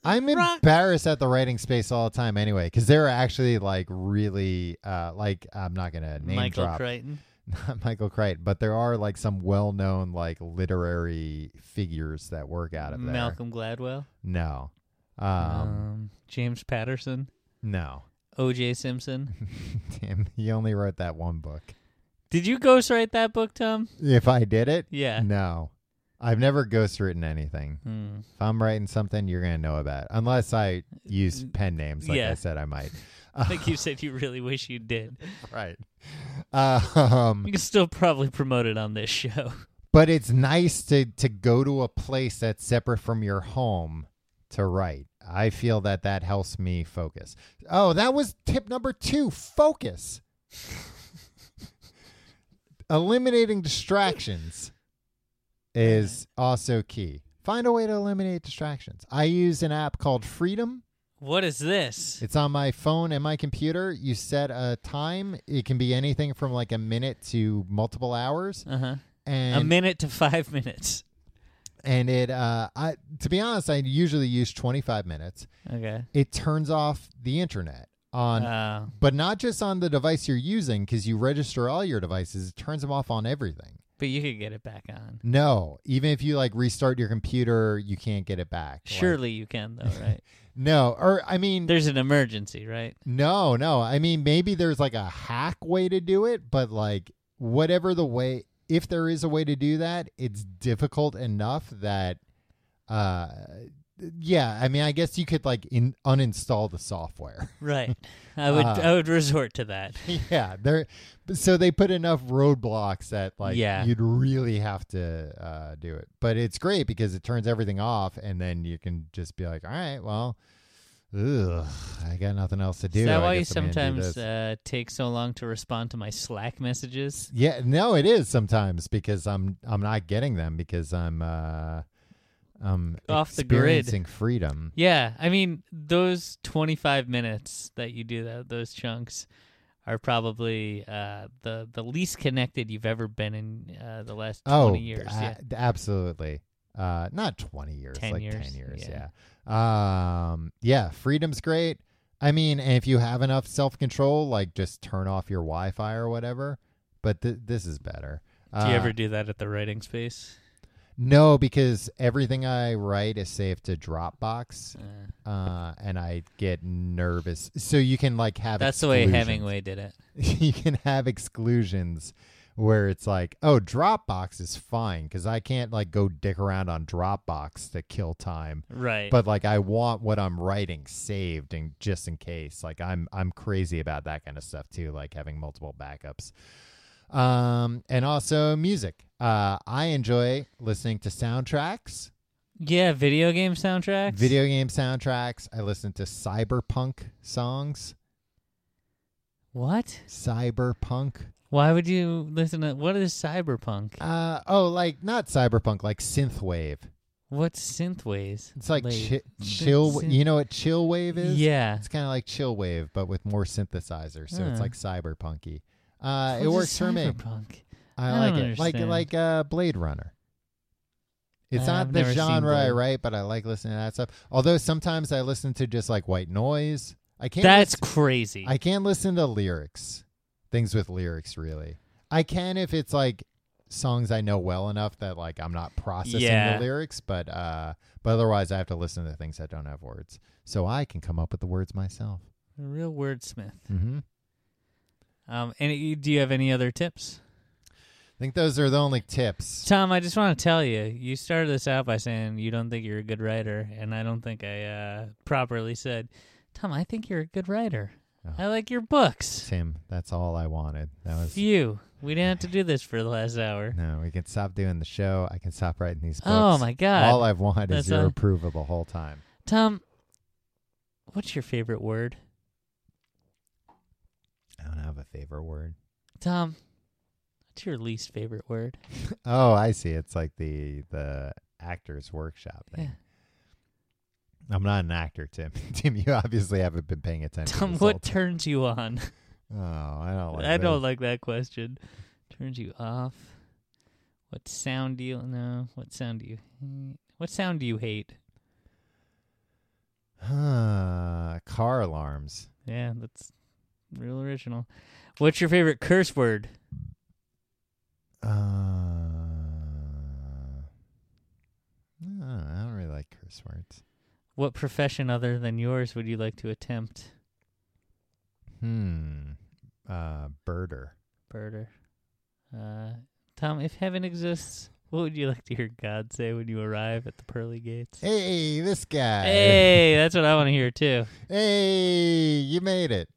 I'm Rock- embarrassed at the writing space all the time anyway, because they're actually like really uh, like I'm not gonna name Michael drop Crichton. not Michael Crichton, but there are like some well-known like literary figures that work out of there. Malcolm Gladwell. No. Um, um, James Patterson. no. O.J. Simpson. Tim, he only wrote that one book. Did you ghostwrite that book, Tom? If I did it, Yeah. no. I've never ghostwritten anything. Hmm. If I'm writing something, you're going to know about it. Unless I use pen names like I Uh, Yeah. said I might. I think you said you really wish you did. right. Um, You can still probably promote it on this show. but it's nice to to go to a place that's separate from your home to write. I feel that that helps me focus. Oh, that was tip number 2, focus. Eliminating distractions is also key. Find a way to eliminate distractions. I use an app called Freedom. What is this? It's on my phone and my computer. You set a time. It can be anything from like a minute to multiple hours. Uh huh. And A minute to five minutes. and it uh i to be honest i usually use 25 minutes Okay. it turns off the internet on Uh, but not just on the device you're using because you register all your devices it turns them off on everything but you could get it back on. no even if you like restart your computer you can't get it back Like, Surely you can though, right? no or i mean There's an emergency, right? no no i mean maybe there's like a hack way to do it but like whatever the way if there is a way to do that it's difficult enough that uh yeah i mean i guess you could like in, uninstall the software Right. I would Uh, I would resort to that. yeah there so they put enough roadblocks that like Yeah. you'd really have to uh do it but it's great because it turns everything off and then you can just be like all right well ugh, i got nothing else to do Is that I why you guess I'm gonna do sometimes this." uh, take so long to respond to my Slack messages? Yeah, no, it is sometimes because I'm I'm not getting them because I'm uh I'm Off the grid. experiencing freedom. Yeah, I mean those 25 minutes that you do that those chunks are probably uh, the the least connected you've ever been in uh, the last 20 Oh, years. a- yeah. absolutely. Uh, not twenty years, 10 like years, ten years. Yeah. yeah. Um. Yeah, freedom's great. I mean, and if you have enough self control, like just turn off your Wi Fi or whatever. But th- this is better. Do you Uh, ever do that at the writing space? No, because everything I write is saved to Dropbox, Uh, uh, and I get nervous. So you can like have that's the way exclusions. Hemingway did it. you can have exclusions where it's like, oh, Dropbox is fine because I can't like go dick around on Dropbox to kill time. Right. But like, I want what I'm writing saved, and just in case, like, I'm I'm crazy about that kind of stuff too, like having multiple backups. Um, and also music. Uh, I enjoy listening to soundtracks. yeah, video game soundtracks. Video game soundtracks. I listen to cyberpunk songs. What? Cyberpunk. Why would you listen to what is cyberpunk? Uh oh, like not cyberpunk, like synthwave. What's synthwaves? It's like chi- Synth- chill. synth- you know what chill wave is? Yeah. it's kind of like chill wave, but with more synthesizers. So it's Huh. like cyberpunky. Uh, What it is works for me. cyberpunk? I, I like don't it. understand. Like like uh, Blade Runner. It's Uh, not I've the never seen genre I Blade. write, but I like listening to that stuff. Although sometimes I listen to just like white noise. I can't. That's listen- crazy. I can listen to lyrics, things with lyrics. Really, I can if it's like songs I know well enough that like I'm not processing Yeah. the lyrics, but uh, but otherwise I have to listen to things that don't have words, so I can come up with the words myself. A real wordsmith. Mm-hmm. Um, and you- do you have any other tips? I think those are the only tips. Tom, I just want to tell you, you started this out by saying you don't think you're a good writer, and I don't think I uh, properly said, Tom, I think you're a good writer. Oh. I like your books. Tim, that's all I wanted. That was Phew. We didn't have to do this for the last hour. no. We can stop doing the show. I can stop writing these books. Oh, my God. All I've wanted is That's your all- approval the whole time. Tom, what's your favorite word? I don't have a favorite word. Tom, what's your least favorite word? Oh, I see. It's like the the actors workshop thing. Yeah. I'm not an actor, Tim. Tim, you obviously haven't been paying attention. Tom, this what whole turns you on? time. oh, I don't like. I don't this. like that question. Turns you off. What sound do you no? What sound do you hate? What sound do you hate? Huh, car alarms. Yeah, that's real original. What's your favorite curse word? Uh, I don't know. I don't really like curse words. What profession other than yours would you like to attempt? Hmm. Uh, birder. Birder. Uh, Tom, if heaven exists, what would you like to hear God say when you arrive at the pearly gates? Hey, this guy. Hey, that's what I want to hear too. Hey, you made it.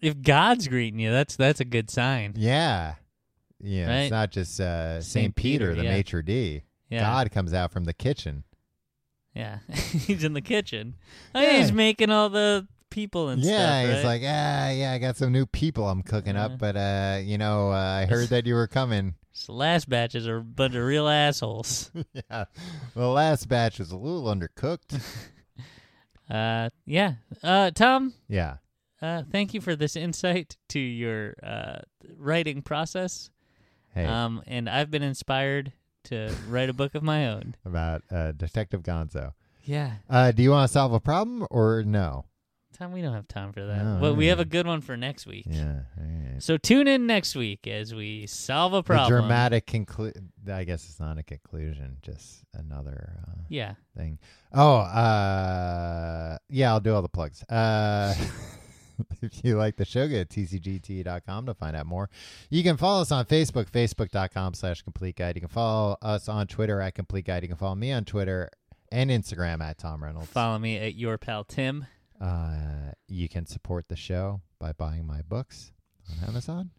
If God's greeting you, that's that's a good sign. Yeah. Yeah. It's Right? not just uh, St. Saint Peter, Peter, the yeah. maitre d. Yeah. God comes out from the kitchen. Yeah, he's in the kitchen. Oh, Yeah. He's making all the people and stuff. yeah, it's right? Uh-huh. like, ah, yeah, I got some new people I'm cooking Yeah. up, but uh, you know, uh, I heard that you were coming. This last batches are a bunch of real assholes. yeah, the last batch was a little undercooked. Uh, yeah. Uh, Tom, yeah, uh, thank you for this insight to your uh, writing process. hey, Um, and I've been inspired to write a book of my own. about uh, Detective Gonzo. Yeah, Uh, do you want to solve a problem or no? Tom, we don't have time for that. No, well, we have a alright. good one for next week. Yeah, all right. So tune in next week as we solve a The problem. dramatic conclusion. I guess it's not a conclusion, just another uh, Yeah. thing. Oh, uh, yeah, I'll do all the plugs. Uh, if you like the show, go to tcgt.com to find out more. You can follow us on Facebook, facebook.com slash complete guide. You can follow us on Twitter at complete guide. You can follow me on Twitter and Instagram at Tom Reynolds. Follow me at your pal Tim. Uh, you can support the show by buying my books on Amazon.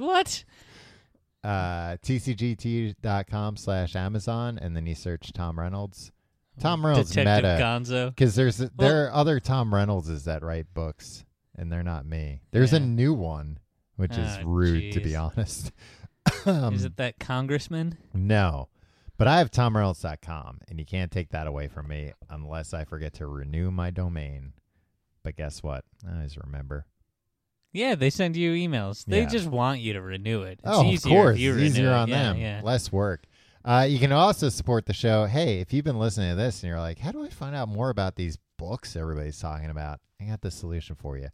What? Uh, tcgt.com slash Amazon, and then you search Tom Reynolds. Tom Reynolds Detective meta. Gonzo. Because there's there are other Tom Reynoldses that write books, and they're not me. There's a Yeah. new one, which is Oh, rude to be jeez. honest. Is um, it that congressman? no, but I have TomReynolds.com, and you can't take that away from me unless I forget to renew my domain. But guess what? I always remember. Yeah, they send you emails. They Yeah. just want you to renew it. It's oh, of easier course, If you it's renew easier it. on yeah, them, Yeah. less work. Uh, you can also support the show. Hey, if you've been listening to this and you're like, how do I find out more about these books everybody's talking about, I got the solution for you.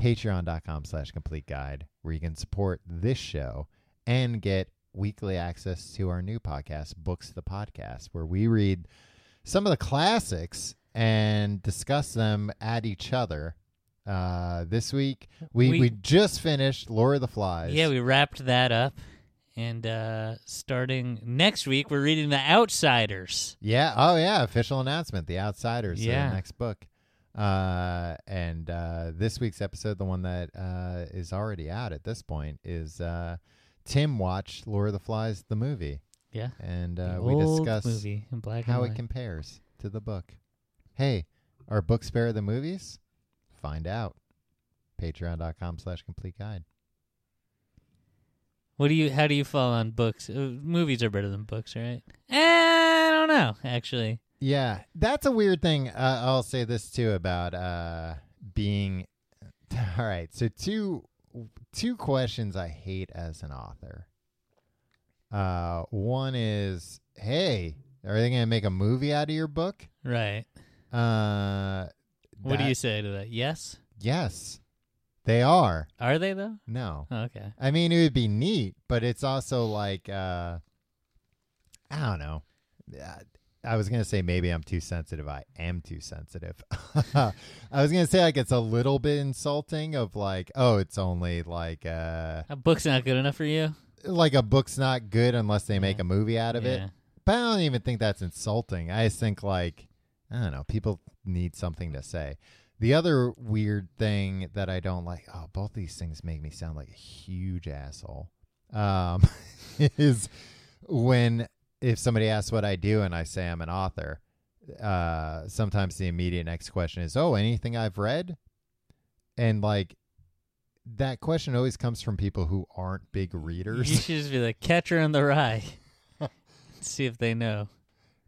Patreon.com slash complete guide, where you can support this show and get weekly access to our new podcast, Books the Podcast, where we read some of the classics and discuss them at each other. Uh, this week we, we We- just finished Lord of the Flies. Yeah, we wrapped that up. And uh, starting next week, we're reading The Outsiders. Yeah. Oh, yeah. Official announcement: The Outsiders. Yeah. Yeah. The next book. Uh, and uh, this week's episode, the one that uh, is already out at this point, is uh, Tim watched Lord of the Flies, the movie, Yeah. and the uh, we old discuss movie in black how and it white. compares to the book. Hey, are books better than movies? Find out. Patreon.com slash complete guide. What do you? How do you fall on books? Uh, movies are better than books, right? Eh, I don't know. Actually, Yeah, that's a weird thing. Uh, I'll say this too about uh, being. All right, so two two questions I hate as an author. Uh, one is, hey, are they going to make a movie out of your book? right? Uh, What do that- you say to that? Yes, Yes, they are. are they though? No, Oh, okay. I mean it would be neat, but it's also like, uh, I don't know. Uh, I was gonna say maybe I'm too sensitive. I am too sensitive. I was gonna say like it's a little bit insulting of like, oh, it's only like uh A book's not good enough for you. like a book's not good unless they make Yeah. a movie out of Yeah. it. But I don't even think that's insulting. I just think like I don't know, people need something to say. The other weird thing that I don't like, oh, both these things make me sound like a huge asshole. Um is when if somebody asks what I do and I say I'm an author, uh sometimes the immediate next question is, "Oh, anything I've read?" And like that question always comes from people who aren't big You readers. should just be like Catcher in the Rye. See if they know.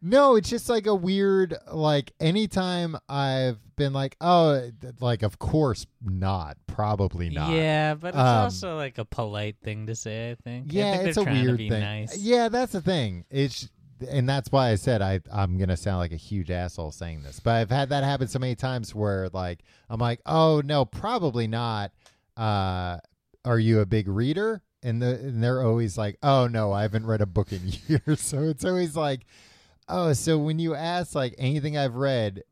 No, it's just like a weird like anytime I've been like, oh, th- like of course not, probably not. Yeah, but it's Um, also like a polite thing to say. I think. I Yeah, think it's they're a trying weird to be thing. Nice. Yeah, that's the thing. It's and that's why I said I I'm gonna sound like a huge asshole saying this, but I've had that happen so many times where like I'm like, oh no, probably not. Uh, are you a big reader? And the and they're always like, oh no, I haven't read a book in years. so it's always like, oh, so when you ask like anything I've read.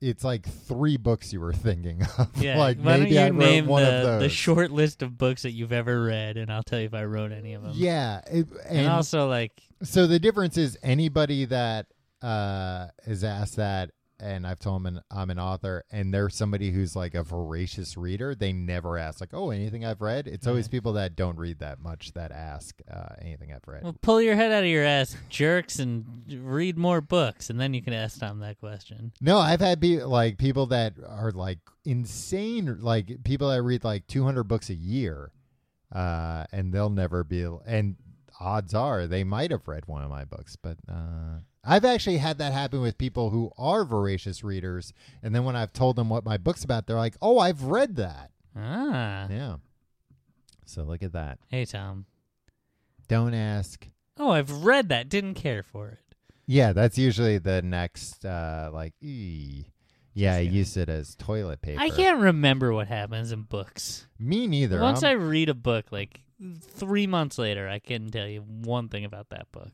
It's like three books you were thinking of. Yeah, like why maybe don't you I name read one the, of those. the short list of books that you've ever read, and I'll tell you if I wrote any of them. yeah, it- and, also like So the difference is anybody that uh is asked that and I've told them an, I'm an author and they're somebody who's like a voracious reader, they never ask like, "Oh, anything I've read?" It's always people that don't read that much that ask uh, anything I've read. Well, pull your head out of your ass, jerks, and read more books, and then you can ask Tom that question. No, I've had be- like people that are like insane, like people that read like 200 books a year, uh, and they'll never be. And odds are they might have read one of my books, but uh, I've actually had that happen with people who are voracious readers, and then when I've told them what my book's about, they're like, "Oh, I've read that." Ah. Yeah. Uh. So look at that. Hey, Tom. Don't ask. Oh, I've read that. Didn't care for it. Yeah, that's usually the next uh, like. ee. Yeah, I use it as toilet paper. I can't remember what happens in books. Me neither. Once I'm- I read a book, like three months later, I can tell you one thing about that book.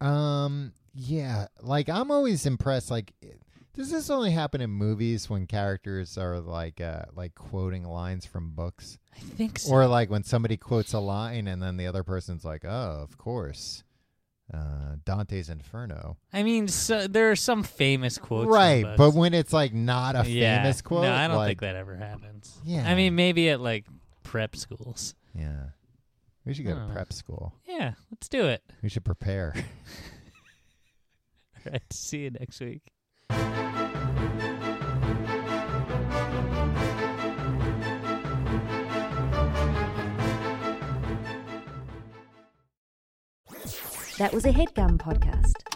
Um, yeah, like I'm always impressed. Like, i- does this only happen in movies when characters are like, uh, like quoting lines from books, I think so. or like when somebody quotes a line and then the other person's like, "Oh, of course, uh, Dante's Inferno." I mean, so, there are some famous quotes. in right, books. but when it's like not a yeah. famous quote, No, I don't like, think that ever happens. Yeah. I mean, maybe at like prep schools. Yeah, we should go to Oh. prep school. Yeah, let's do it. We should prepare. All right, see you next week. That was a headgum podcast.